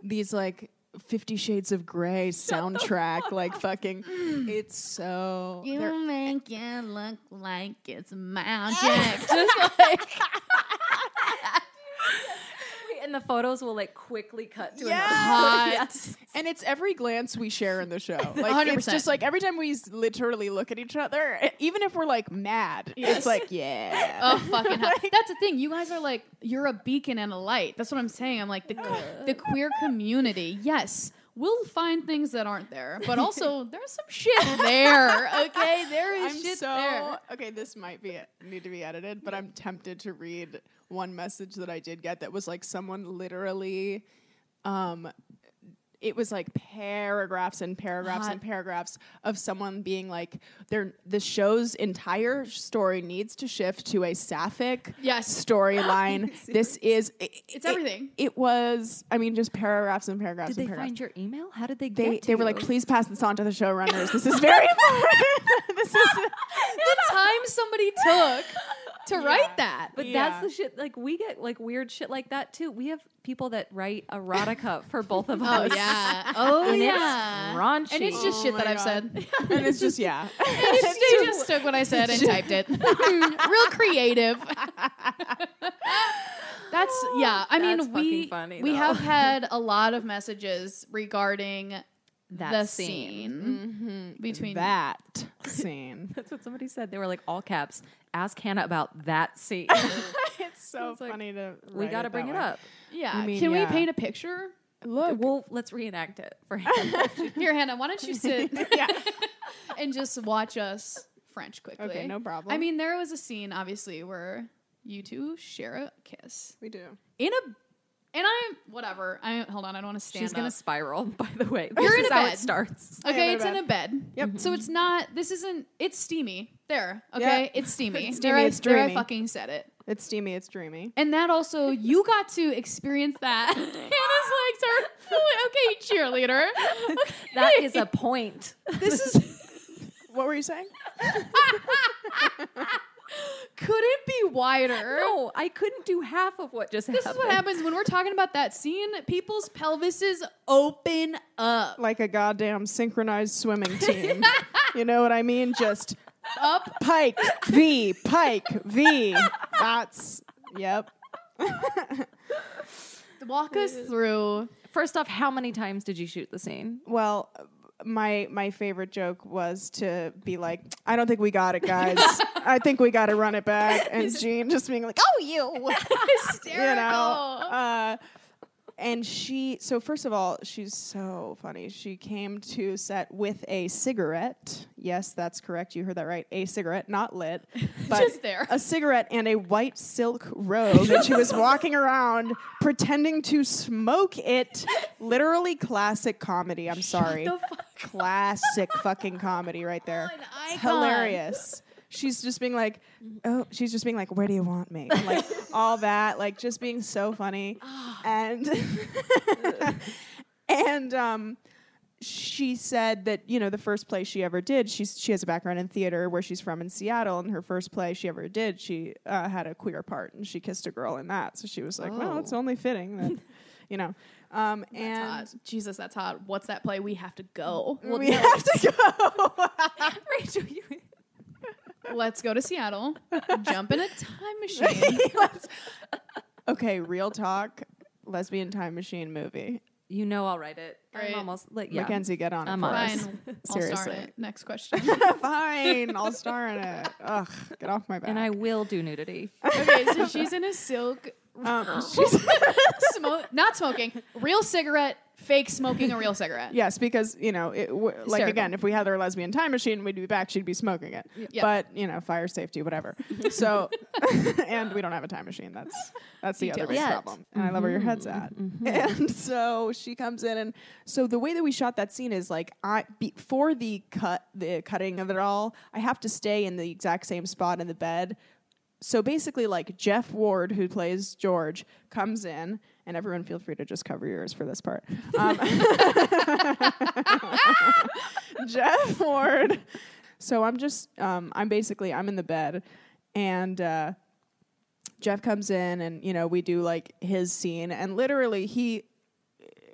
these like, Fifty Shades of Grey soundtrack, like fucking, it's so. they're make it look like it's [laughs] magic. Just like and the photos will like quickly cut to Yes. another hot. And it's every glance we share in the show. Like it's 100%. just like every time we s- literally look at each other, e- even if we're like mad, it's like yeah. Oh fucking hell! That's the thing. You guys are like you're a beacon and a light. That's what I'm saying. I'm like the the queer community. Yes, we'll find things that aren't there, but [laughs] also there's some shit there. Okay, there is I'm shit so there. okay. This might be need to be edited, but I'm tempted to read one message that I did get that was like someone literally, um, it was like paragraphs and paragraphs and Hot. paragraphs of someone being like, "Their the show's entire story needs to shift to a sapphic Yes. [laughs] storyline. this is i- It's i- everything. It, was, I mean, just paragraphs and paragraphs did and they paragraphs. find your email how did they get they, to they were like, you? please pass this on to the showrunners. This is very [laughs] important. [laughs] this is [laughs] the time somebody took [laughs] to write that. But Yeah. that's the shit. Like we get like weird shit like that too. We have people that write erotica for both of Oh us. [laughs] yeah. Oh And it's yeah. raunchy. And it's just Oh shit my that I've God. [laughs] said. and it's [laughs] just yeah. they just took what I said and typed [laughs] it. Real [laughs] creative. That's yeah. I That's mean, we fucking funny, we though. have had [laughs] a lot of messages regarding that the scene. scene between [laughs] that scene. That's what somebody said. They were like all caps. Ask Hannah about that scene. [laughs] it's so like, funny to. we got to bring it up. Yeah. I mean, Can we yeah. paint a picture? Look, Well, let's reenact it for Hannah. Here, Hannah. Why don't you [laughs] sit yeah. and just watch us French quickly? Okay, no problem. I mean, there was a scene obviously where you two share a kiss we do. in a, and I'm whatever. I hold on. I don't want to stand. She's gonna up. spiral. By the way, You're this in is a how bed. it starts. Okay, Yeah, it's they're in a bed. Yep. So it's not. This isn't. It's steamy. There. Okay. It's [laughs] steamy. It's there, steamy, I, it's there I dreamy. fucking said it. It's steamy. It's dreamy. And that also, you got to experience that. [laughs] Hannah's legs are fully okay, [laughs] cheerleader. That is [laughs] a point. This [laughs] is. what were you saying? Could it be wider? No, I couldn't do half of what just This is what happens when we're talking about that scene. People's pelvises open up, Like a goddamn [laughs] synchronized swimming team. you know what I mean? Just up. Pike V Pike [laughs] V. That's yep. Walk us [laughs] through. First off, how many times did you shoot the scene? Well, my my favorite joke was to be like, I don't think we got it, [laughs] guys. I think we got to run it back. And Jean just being like, Oh, you, you Hysterical. know. Uh, and she, so first of all, she's so funny. She came to set with a cigarette. Yes, that's correct. You heard that right. A cigarette, [laughs] not lit, but Just there. a cigarette and a white silk robe. and she was [laughs] walking around pretending to smoke it. Literally classic comedy. I'm sorry. Classic fucking comedy right there. An icon. Hilarious. She's just being like, oh, she's just being like, where do you want me? Like all that, like just being so funny. and [laughs] and um she said that you know the first play she ever did she's she has a background in theater where she's from in Seattle and her first play she ever did she uh, had a queer part and she kissed a girl in that so she was like well it's only fitting that you know Um, That's and hot. Jesus, that's hot. What's that play? We have to go. we have to go. [laughs] Rachel, you. [laughs] Let's go to Seattle. Jump in a time [laughs] machine. okay, real talk. Lesbian time machine movie. You know I'll write it. Great. I'm almost like yeah. Mackenzie, get on it. I'm for on us. Fine. Yes. I'll start Seriously. it. Next [laughs] question. Fine, I'll star in it. Ugh, get off my back. And I will do nudity. Okay, so she's in a silk, [gasps] um, she's- smo- not smoking, real cigarette, fake smoking a real cigarette. yes, because you know, it, w- like Hysterical. again, if we had our lesbian time machine, we'd be back. She'd be smoking it. Yeah. But you know, fire safety, whatever. so, [laughs] and we don't have a time machine. That's that's the other big Details. Yet. problem. And I love where your head's at. And so she comes in, and so the way that we shot that scene is like I before the cut, the cutting of it all, I have to stay in the exact same spot in the bed so basically like jeff ward who plays george comes in and everyone feel free to just cover yours for this part um, [laughs] jeff ward so i'm just um, i'm basically i'm in the bed and uh, jeff comes in and you know we do like his scene and literally he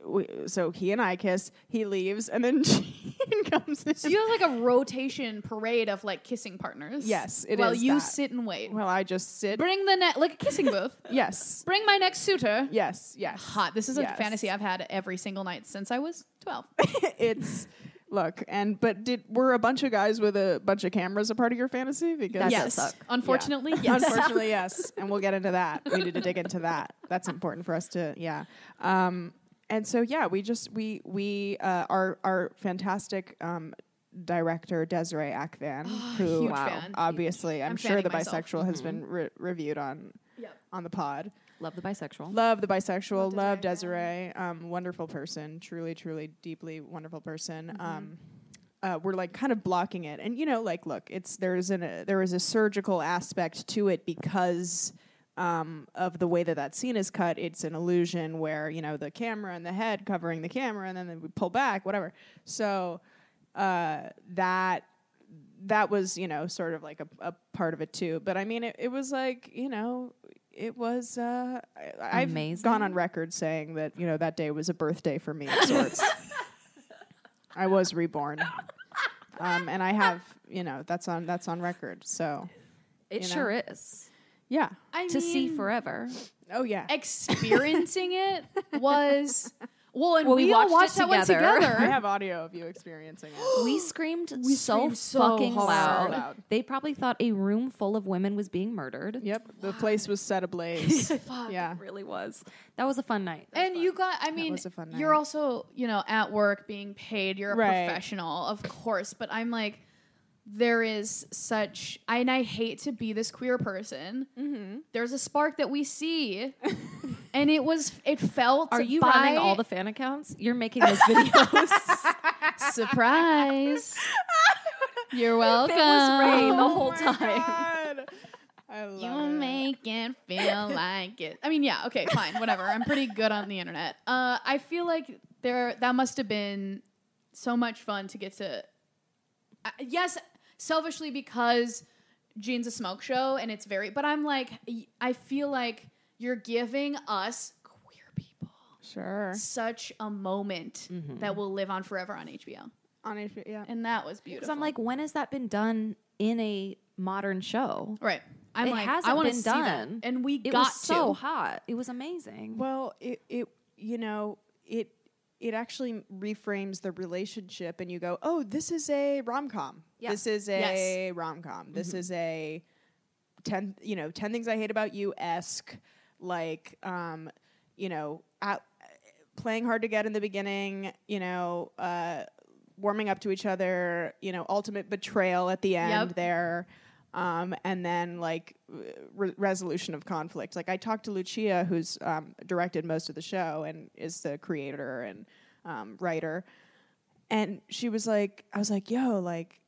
we, so he and i kiss he leaves and then [laughs] Gene comes in So you have like a rotation parade of like kissing partners. Yes, it while is you that. sit and wait. well i just sit Bring the net like a kissing [laughs] booth. yes Bring my next suitor. yes yes Hot. This is a Yes. fantasy I've had every single night since I was twelve. [laughs] it's look and but did were a bunch of guys with a bunch of cameras a part of your fantasy because That's Yes. suck. [laughs] Unfortunately, [laughs] Yeah. yes. unfortunately yes and we'll get into that we need to dig into that that's important for us to yeah um and so yeah we just we we uh our our fantastic um director [gasps] desiree ackvan who huge Wow. fan. obviously i'm, I'm sure the fanning myself. Mm-hmm. bisexual has been re- reviewed on Yep. on the pod Love the bisexual. Love the bisexual. Love Desiree. Um, wonderful person. Truly, truly, deeply wonderful person. Um, uh, we're like kind of blocking it, and you know, like, look, it's there's an uh, there is a surgical aspect to it because. Um, of the way that that scene is cut, it's an illusion where you know the camera and the head covering the camera, and then we pull back, whatever. So uh, that that was you know sort of like a, a part of it too but i mean it, it was like you know it was uh I- i've Amazing. gone on record saying that you know that day was a birthday [laughs] for me of sorts i was reborn um and i have you know that's on that's on record so It you know? sure is. yeah I To see mean, forever. [gasps] oh yeah experiencing it was well, and [laughs] Well, we, we all watched watched it that one together. i together. have audio of you experiencing [gasps] it We screamed so screamed so fucking hard. loud. So loud. They probably thought a room full of women was being murdered. yep the place was set [laughs] ablaze Fuck. yeah It really was. That was a fun night. And you got, I mean, was a fun you're night. also, you know, at work being paid, you're a Right. professional, of course, but I'm like, there is such, I, and I hate to be this queer person. Mm-hmm. There's a spark that we see, and it was, it felt. Are you by- running all the fan accounts? You're making [laughs] those [laughs] videos. [laughs] surprise? you're welcome. rain the whole oh my time. God. i love You it. make it [laughs] feel like it. I mean, yeah, okay, fine, whatever. I'm pretty good on the internet. Uh, I feel like there that must have been so much fun to get to. Uh, yes, selfishly because Gene's a smoke show and it's very. But I'm like, y- I feel like you're giving us queer people sure such a moment Mm-hmm. that will live on forever on HBO, on HBO, yeah and that was Because beautiful. I'm like, when has that been done in a modern show? right. I'm it like, hasn't I want to been see that. done. and we It got was so to. hot. It was amazing. Well, it it you know it it actually reframes the relationship, and you go, oh, this is a rom com. Yeah. This is a rom com. This is a ten you know ten things I hate about you esque like um you know out, playing hard to get in the beginning. You know. uh warming up to each other, you know, ultimate betrayal at the end Yep. there. Um, and then like re- resolution of conflict. Like I talked to Lucia, who's um, directed most of the show and is the creator and um, writer, and she was like, I was like, yo, like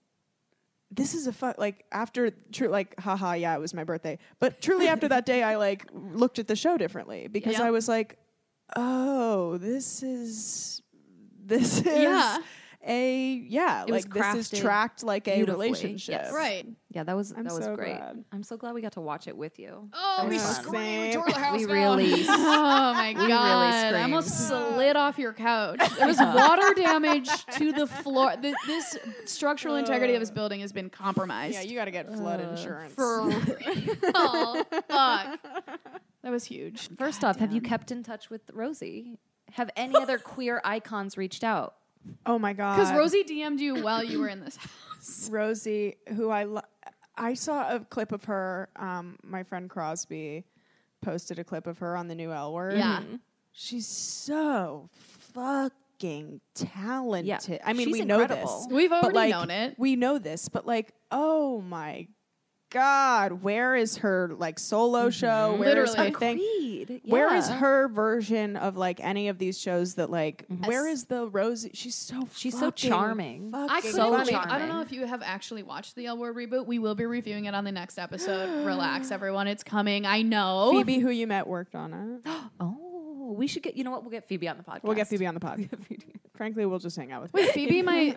this is a fun like after true like haha yeah it was my birthday but truly after that day i like looked at the show differently because Yeah. i was like oh this is this [laughs] is Yeah. a yeah It was like this is crafted tracked like a beautifully. relationship Yes. Right. Yeah, that was I'm that was so great. glad. I'm so glad we got to watch it with you. Oh, we That's screamed. insane. Tore the house We down. [laughs] really- Oh my really god! I screamed. almost slid off your couch. There was [laughs] water damage to the floor. Th- this structural integrity of this building has been compromised. [laughs] Yeah, you got to get flood insurance. for [laughs] real. Oh, Fuck. That was huge. First off, have you kept in touch with Rosie? Have any [laughs] other queer icons reached out? oh my god, Because Rosie DM'd you while you were in this [laughs] house. Rosie, who I lo- I saw a clip of her. Um, my friend Crosby posted a clip of her on the new L Word. Yeah. she's so fucking talented. I mean, she's we know incredible. this. We've but already like, known it. We know this, but like, oh my god, where is her like solo show? Where is Mm-hmm. Literally. her thing? Agreed. Where is Yeah. her version of like any of these shows that like where Mm-hmm. Yes. is the Rosie? She's so She's so fucking charming. I fucking couldn't So believe. I charming. don't know if you have actually watched the L Word reboot. We will be reviewing it on the next episode. [gasps] Relax, everyone. It's coming. I know. [laughs] Phoebe, who you met, worked on it. Oh, we should get. You know what? We'll get Phoebe on the podcast. We'll get Phoebe on [laughs] the pod. Frankly, we'll just hang out with. Wait, Phoebe, [laughs] my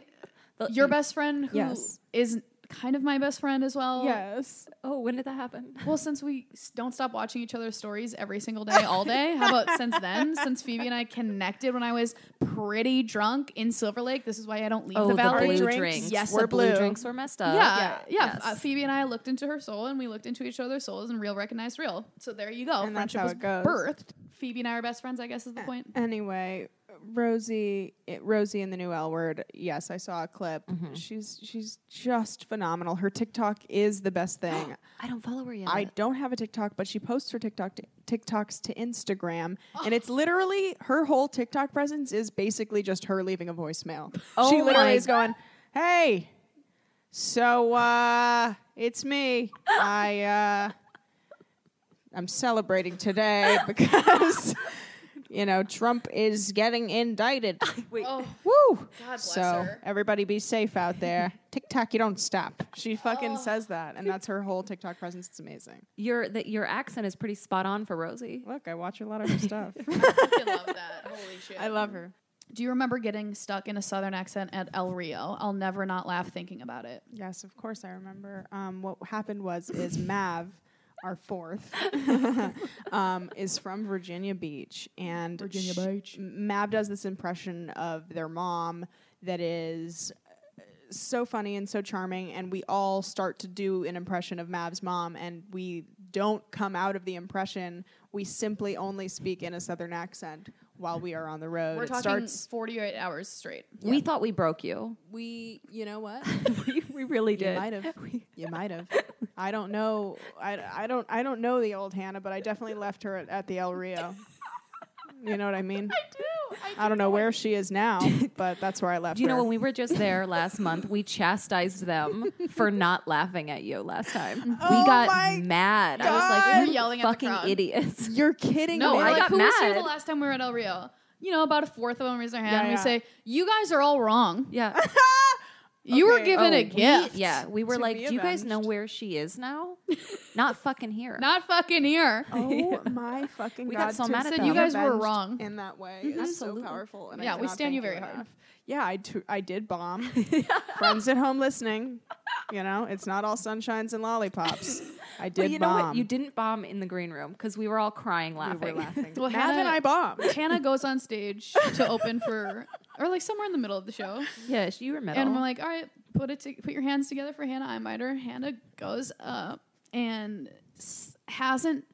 The- your best friend, who is Yes. kind of my best friend as well. Yes. Oh, when did that happen? Well, since we s- don't stop watching each other's stories every single day, all day, how [laughs] about since then? Since Phoebe and I connected when I was pretty drunk in Silver Lake, this is why I don't leave Oh, the valley. blue drinks. drinks. Yes, the we're blue. blue. drinks were messed up. yeah, yeah. Yes. Uh, Phoebe and I looked into her soul, and we looked into each other's souls, and real recognized real. So there you go. And that's Friendship how was it goes. birthed. Phoebe and I are best friends. I guess is the point. [laughs] Anyway, Rosie, it, Rosie in the new L word. Yes, I saw a clip. Mm-hmm. She's she's just phenomenal. Her TikTok is the [gasps] best thing. I don't follow her yet. I don't have a TikTok, but she posts her TikTok to, TikToks [gasps] to Instagram, and it's literally her whole TikTok presence is basically just her leaving a voicemail. she Oh my- literally is going, "Hey, so uh, it's me. I uh, I'm celebrating [laughs] today because you know Trump is getting [laughs] indicted. Wait. Oh, Woo! bless so her. everybody be safe out [laughs] there. TikTok, you don't stop. She fucking says that, and that's her whole TikTok presence. It's amazing. Your that your accent is pretty spot on for Rosie. Look, I watch a lot of her stuff. I love that. Holy shit. [laughs] I love her. Do you remember getting stuck in a southern accent at El Rio? I'll never not laugh thinking about it. Yes, of course I remember. Um, what happened was is Mav, our fourth, [laughs] um, is from Virginia Beach, and Virginia Beach. Mav does this impression of their mom that is uh, so funny and so charming, and we all start to do an impression of Mav's mom, and we don't come out of the impression. We simply only speak in a southern accent while we are on the road. We're it talking starts. 48 hours straight. We thought we broke you. We, you know [laughs] what? [laughs] we, we really You [laughs] might have. [laughs] You might have. I don't know. I, I don't. I don't know the old Hannah, but I definitely left her at, at the [laughs] El Rio. You know what I mean? do. I don't know where she [laughs] is now, but that's where I left Do you know her. when we were just there last month, we chastised them for not laughing at you last time. we my got mad. I was God. like, We you were yelling at the fucking crowd. idiots. You're kidding No, me. we're I like, got who was here the mad. last time we were at El Rio? You know, about a fourth of them raise their hand Yeah, and we yeah. say, You guys are all wrong. [laughs] Yeah. You were Okay. given Oh, a we- gift. Yeah. We were To like, be do you guys avenged. know where she is now? not fucking here. Not fucking here. [laughs] [laughs] oh my fucking We god! got so to mad at be them. You guys were avenged wrong. in that way. It's so Mm-hmm. Absolutely. powerful. And I Yeah, we cannot stand you thank very hard. enough. Yeah, I tu- I [laughs] did bomb. Friends at home listening, you know, it's not all sunshines [laughs] and lollipops. I did but you know bomb. what? You didn't bomb in the green room because we were all crying We laughing. were laughing. [laughs] Well, Mav and Hannah- I bombed. Hannah goes on stage to open for, or like somewhere in the middle of the show. yeah, she- you were middle. And we're like, all right, put it, to, put your hands together for Hannah Eimiter. Hannah goes up and s- hasn't,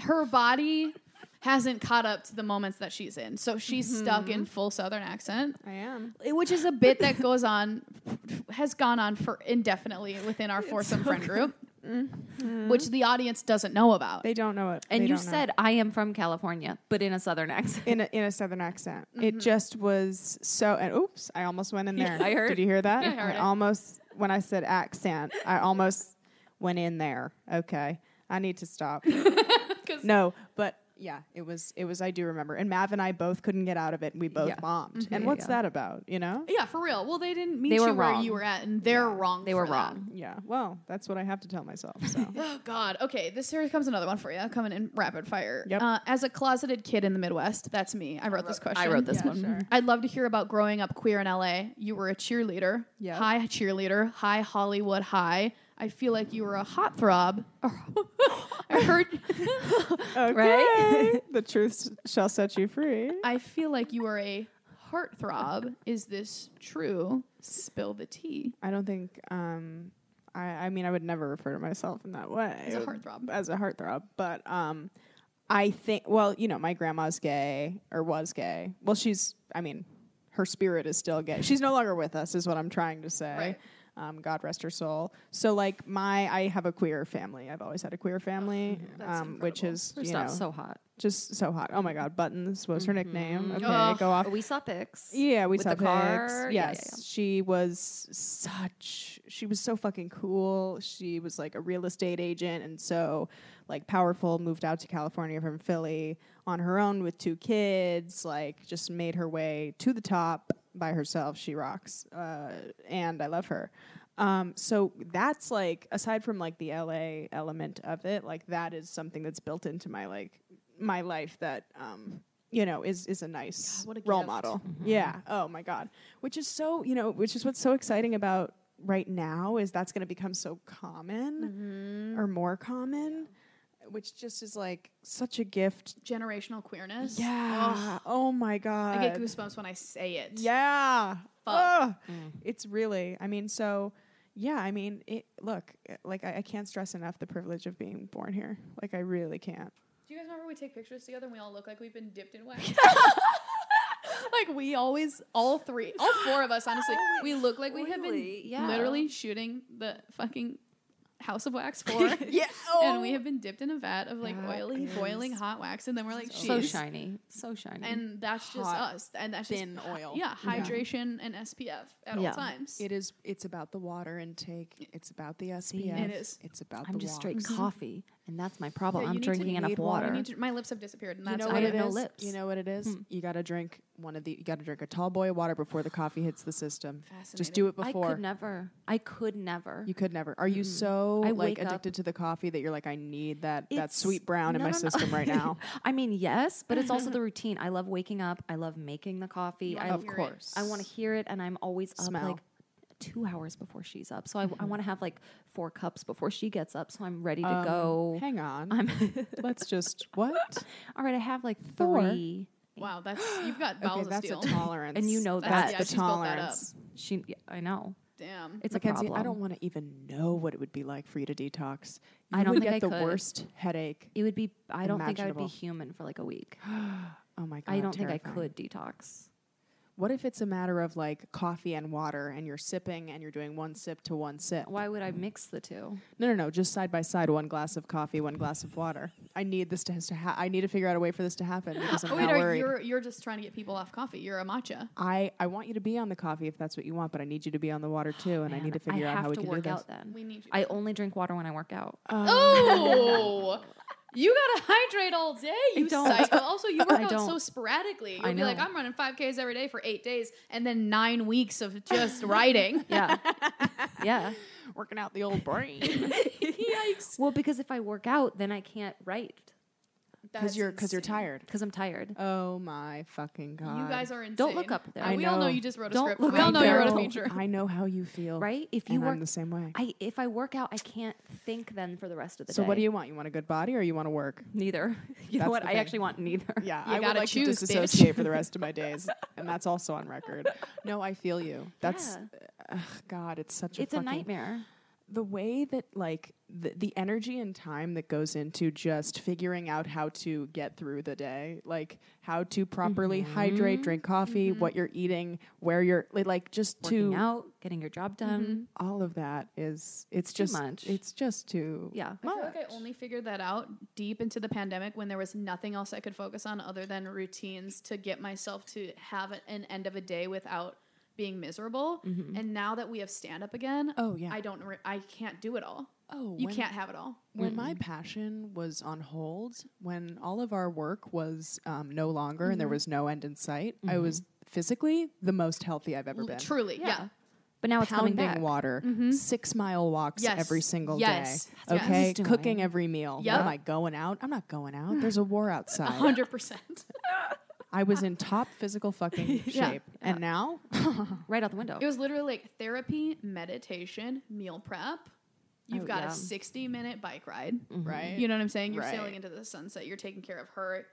her body hasn't caught up to the moments that she's in. So she's stuck in full Southern accent. I am. Mm-hmm. it- which is a bit that goes on has gone on for indefinitely within our foursome friend group which the audience doesn't know about They don't know it. and They you don't know said it. I am from California, but in a southern accent. in a, in a southern accent. It just was so. And oops, I almost went in there. Mm-hmm. I heard. Did you hear that? I heard it. almost when I said accent, I almost went in there. Okay, I need [laughs] to stop. 'Cause- no, but yeah, it was. It was. I do remember. And Mav and I both couldn't get out of it. and We both Yeah. Mm-hmm. bombed. And what's yeah. that about? You know. yeah for real well they didn't meet They were you where wrong. you were at and they're wrong They were for that. wrong. Yeah. Well, that's what I have to tell myself. [laughs] So. Oh God! Okay, this here comes another one for you, coming in rapid fire. Yep. Uh, as a closeted kid in the Midwest, that's me. I wrote, this question. I wrote this Yeah, one. sure. I'd love to hear about growing up queer in LA. You were a cheerleader. Yep. Hi, cheerleader. Hi, Hollywood. Hi. I feel like you were a hot throb. [laughs] I heard. Okay. Right? [laughs] the truth s- shall set you free. I feel like you are a heart throb. Is this true? Spill the tea. I don't think. Um, I, I mean, I would never refer to myself in that way. As a heartthrob. As a heartthrob, but um, I think. Well, you know, my grandma's gay or was gay. Well, she's. I mean, her spirit is still gay. She's no longer with us, is what I'm trying to say. Right. Um, God rest her soul. So, like, my I have a queer family. I've always had a queer family, Oh, um, which is First you know off, so hot. just so hot. Oh my God, Buttons was her nickname. Okay, Ugh. go off. We saw pics. Uh, Yeah, we with saw the pics. car. Yes, Yeah, yeah, yeah. she was such. She was so fucking cool. She was like a real estate agent, and so like powerful. Moved out to California from Philly on her own with two kids. Like just made her way to the top by herself. She rocks, uh, and I love her. Um, so that's like aside from like the LA element of it, like that is something that's built into my like my life that um you know is is a nice God, what a role gift. model. Yeah. Oh my god. Which is so, you know, which is what's so exciting about right now is that's going to become so common Mm-hmm. or more common, which just is like such a gift. Generational queerness. Yeah. Ugh. Oh my god. I get goosebumps when I say it. Yeah. Fuck. Mm. Ugh. It's really, I mean, so yeah, I mean, it, look, eh, like I, I can't stress enough the privilege of being born here. Like I really can't. Do you guys remember we take pictures together and we all look like we've been dipped in [laughs] wax? [laughs] like we always, all three, all four of us, [gasps] honestly, we look like we have been Totally, yeah. literally shooting the fucking house of [laughs] wax for. Yeah. And we have been dipped in a vat of like That oily, boiling hot wax, and then we're like, So "Jeez." shiny. So shiny. And that's just Hot, us, and that's thin just hi- oil. Yeah, hydration and SPF at all Yeah. times. It is. It's about the water intake. It's about the SPF. It is. It's about I'm the just walk. straight coffee, and that's my Yeah, problem. you I'm need to- drinking you enough need more. You water. need to- my lips have disappeared, and You that's know why what I it have no is? lips. Hmm. You know what it is? You got to drink one of the. You got to drink a tall boy of water before the coffee hits the system. Just do it I before. could never. I could never. you could never. Are you so I like wake up- addicted to the coffee that you're like, I need that that It's- sweet brown in no, my no, no. system right now? [laughs] I mean, yes, but it's [laughs] also the routine. I love waking up. I love making the coffee. I, wanna hear it. course. I want to hear it, and I'm always up Smell. Mm-hmm. like two hours before she's up. So I, want to have like four cups before she gets up, so I'm ready to Um, go. Hang on. [laughs] I'm Let's just what? all right. I have like Four? three. Wow, that's you've got bowels okay, of that's steel. a tolerance, And you know that's that. Yeah, the she's built that up. tolerance. She, yeah, I know, Damn. it's a Mackenzie, problem. I don't want to even know what it would be like for you to detox. You I don't would think get I the could. worst headache. It would be. I don't think I would be Imaginable. human for like a week. Oh my god! I don't think I terrifying. could detox. What if it's a matter of like coffee and water, and you're sipping and you're doing one sip to one sip? Why would I mix the two? No, no, no. Just side by side, one glass of coffee, one glass of water. I need this to. has to ha- I need to figure out a way for this to happen [laughs] because I'm Oh, wait, now are, worried. you're you're just trying to get people off coffee. You're a matcha. I I want you to be on the coffee if that's what you want, but I need you to be on the water too, and I need Man, to figure out have how we to can work do this. out then. We need you I only drink water when I work [laughs] out. Oh, [laughs] you gotta hydrate all day. You don't. psycho. Also, you work [laughs] I out so don't. sporadically. You'll I be like, know. I'm running five Ks every day for eight days, and then nine weeks of [laughs] just writing. [laughs] Yeah. yeah. Working out the old [laughs] brain Yikes! Well, because if I work out, then I can't write That's because you're because you're insane. tired. because I'm tired. Oh my fucking god! You guys are insane. Don't look up there. And I we all know know. you just wrote a Don't script. look We all up know you there. wrote a Don't. feature. I know how you feel, right? If you and work I'm the same way. I if I work out, I can't think then for the rest of the so day. what do you want? You want a good body or you want [laughs] to work? Neither. You That's know what? the I thing. actually want neither. [laughs] Yeah, You I would gotta like choose, to bitch. disassociate for the [laughs] rest of my days, and that's also on record. No, I feel you. That's ugh, God. It's such a It's a fucking- nightmare. The way that like the, the energy and time that goes into just figuring out how to get through the day, like how to properly hydrate, drink Mm-hmm. coffee, what you're eating, where you're li- like just Working to out, getting your job Mm-hmm. done. all of that is it's too just much. it's just too Yeah. I feel like I only figured that out deep into the pandemic when there was nothing else I could focus on other than routines to get myself to have a- an end of a day without being miserable. And now that we have stand up again, Mm-hmm. Oh, yeah. I don't re- I can't do it all. oh You when- can't have it all. When my passion was on hold, when all of our work was um, no longer and Mm-hmm. there was no end in sight, I was physically the most healthy I've ever L- been. Truly, yeah. But now it's coming Pounding back. water, six mile walks Mm-hmm. Yes. every single Yes. day. That's what I okay, was doing. cooking every meal. Yep. What am I going out? I'm not going [laughs] out. There's a war outside. Hundred percent. [laughs] I was in top physical fucking shape, Yeah. and now [laughs] Right out the window. It was literally like therapy, meditation, meal prep, You've Oh, got yeah. a 60 minute bike ride, right? You know what I'm saying? You're Mm-hmm. Right. sailing into the sunset. You're taking care of her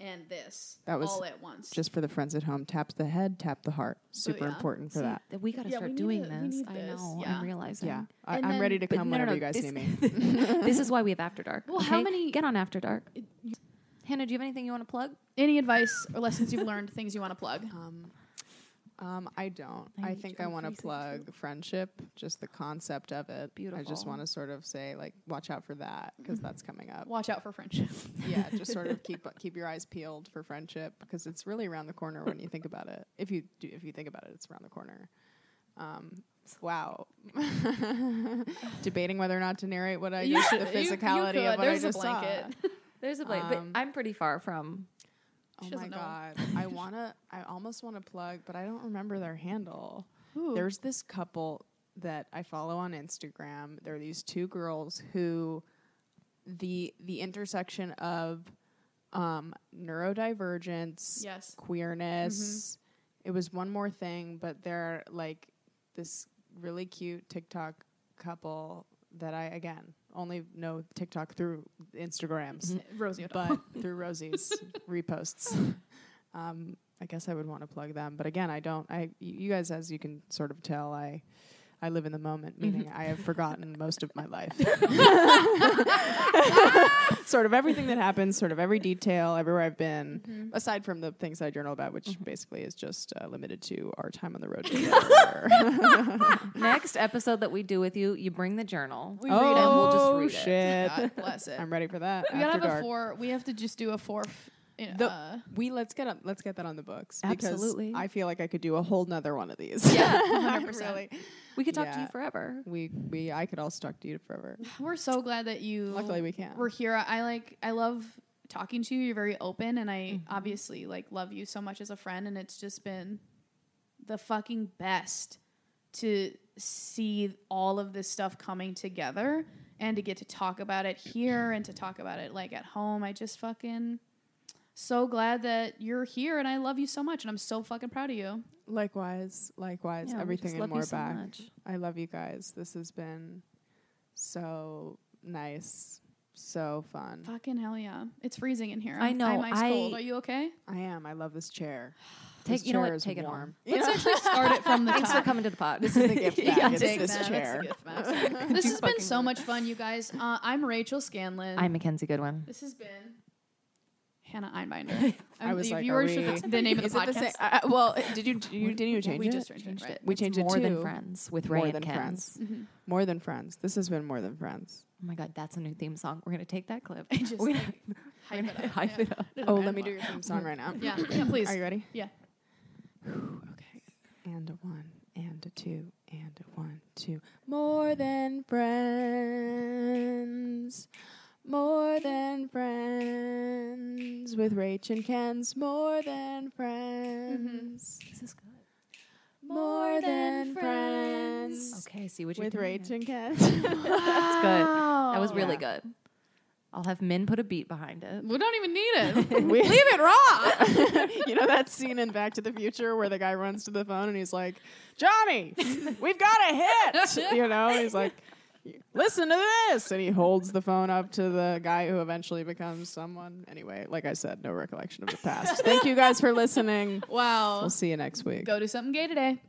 and this That was all at once. just for the friends at home, tap the head, tap the heart. Super Oh, yeah. important for See, that. th- we got to Yeah, start we need doing to- we this. need I this, know. yeah. I'm realizing. Yeah, I, And I'm then- ready to But come no, no, whenever no, you guys this- need [laughs] me. this [laughs] is why we have After Dark. Well, how okay? many- Get on After Dark. Hannah, do you have anything you want to plug? Any advice or lessons you've learned, things you want to plug? Um, um, I don't. I I, need think to I want to increase it, plug friendship, just the concept of it. I just Beautiful. want to sort of say like, watch out for that because that's [laughs] coming up. Watch out for friendship. yeah, just sort of keep keep your eyes peeled for friendship because it's really around the corner when you think about it. If you do, if you think about it, it's around the corner. Um, wow, [laughs] debating whether or not to narrate what I You just should- the you- you physicality could. of what There's I a just blanket. [laughs] [laughs] saw. There's a blank, but Um, I'm pretty far [laughs] from. Oh She my doesn't know. god, I wanna, I almost want to plug, but I don't remember their handle. Ooh. There's this couple that I follow on Instagram. There are these two girls who the the intersection of um, neurodivergence, Yes. Mm-hmm. queerness. It was one more thing, but they're like this really cute TikTok couple that I again only know TikTok through Mm-hmm. Instagrams, Rosie O'Donnell. but [laughs] through Rosie's reposts. [laughs] Um, I guess I would want to plug them, but again, I don't. I you you guys, as you can sort of tell, I. I live in the moment, Mm-hmm. meaning I have [laughs] forgotten most of my life. sort of everything that happens, sort of every detail, everywhere I've been, Mm-hmm. aside from the things I journal about, which basically is just uh, limited to our time on [laughs] the road. together. Next episode that we do with you, you bring the journal. We oh, read it. [laughs] we'll just read it. shit. God bless it. I'm ready for that. we After gotta have dark. a four. We have to just do a four. F- The- uh, we let's get on, let's get that on the books. Absolutely. because I feel like I could do a whole nother one of these. [laughs] Yeah, 100%. really. We could talk to you Yeah. forever. We we I could all stuck to you forever. We're so glad that you. Luckily we can. We're here. I like. I love talking to you. You're very open, and I Mm-hmm. obviously like love you so much as a friend. And it's just been the fucking best to see all of this stuff coming together and to get to talk about it here and to talk about it like at home. I just fucking so glad that you're here, and I love you so much, and I'm so fucking proud of you. Likewise, likewise, Yeah, we just everything love and you more so back. much. I love you guys. This has been so nice, so fun. Fucking hell yeah! It's freezing in here. I I'm- know, I'm ice cold. I- Are you okay? I am. I love this chair. Take this you know chair what? is Take it warm. [laughs] on. You Let's know? actually start it from the Thanks for top. coming to the pod. This [laughs] is the gift bag. it's Take this that. chair. [laughs] That's the gift box. this has been so much fun, you guys. Uh, I'm Rachel Scanlon. I'm Mackenzie Goodwin. this has been Hannah Einbinder. I was if like, you are were we- [laughs] sure that's the name of Is the it the podcast. same? Uh, uh, well, [laughs] did you did you, didn't you change we it? just changed it. We changed it more than to friends with Ray More and than Ken. friends. More than friends. This has been more than friends. Oh my god, that's a new theme song. We're gonna take that [laughs] clip. just, We're gonna, like, we're hype it gonna up. [laughs] hype Yeah. it up. Doesn't Oh, matter. let me do your theme song right now. Yeah, yeah, please. Are you ready? Yeah. Okay. And a one, and a two, and a one, two. More than friends. More than friends. With Rach and Ken's more than friends. This is good. More than friends. Okay, see what you With did there. Rach and Ken. That's good. That was really Yeah. good. I'll have Min put a beat behind it. We don't even [laughs] need it. Leave it raw. [laughs] you know that scene in Back to the Future where the guy runs to the phone and he's like, Johnny, we've got a [laughs] hit. You know, he's like, listen to this. And he holds the phone up to the guy who eventually becomes someone. Anyway, like I [laughs] said, no recollection of the past. Thank you guys for listening. wow. We'll see you next week. Go do something gay today.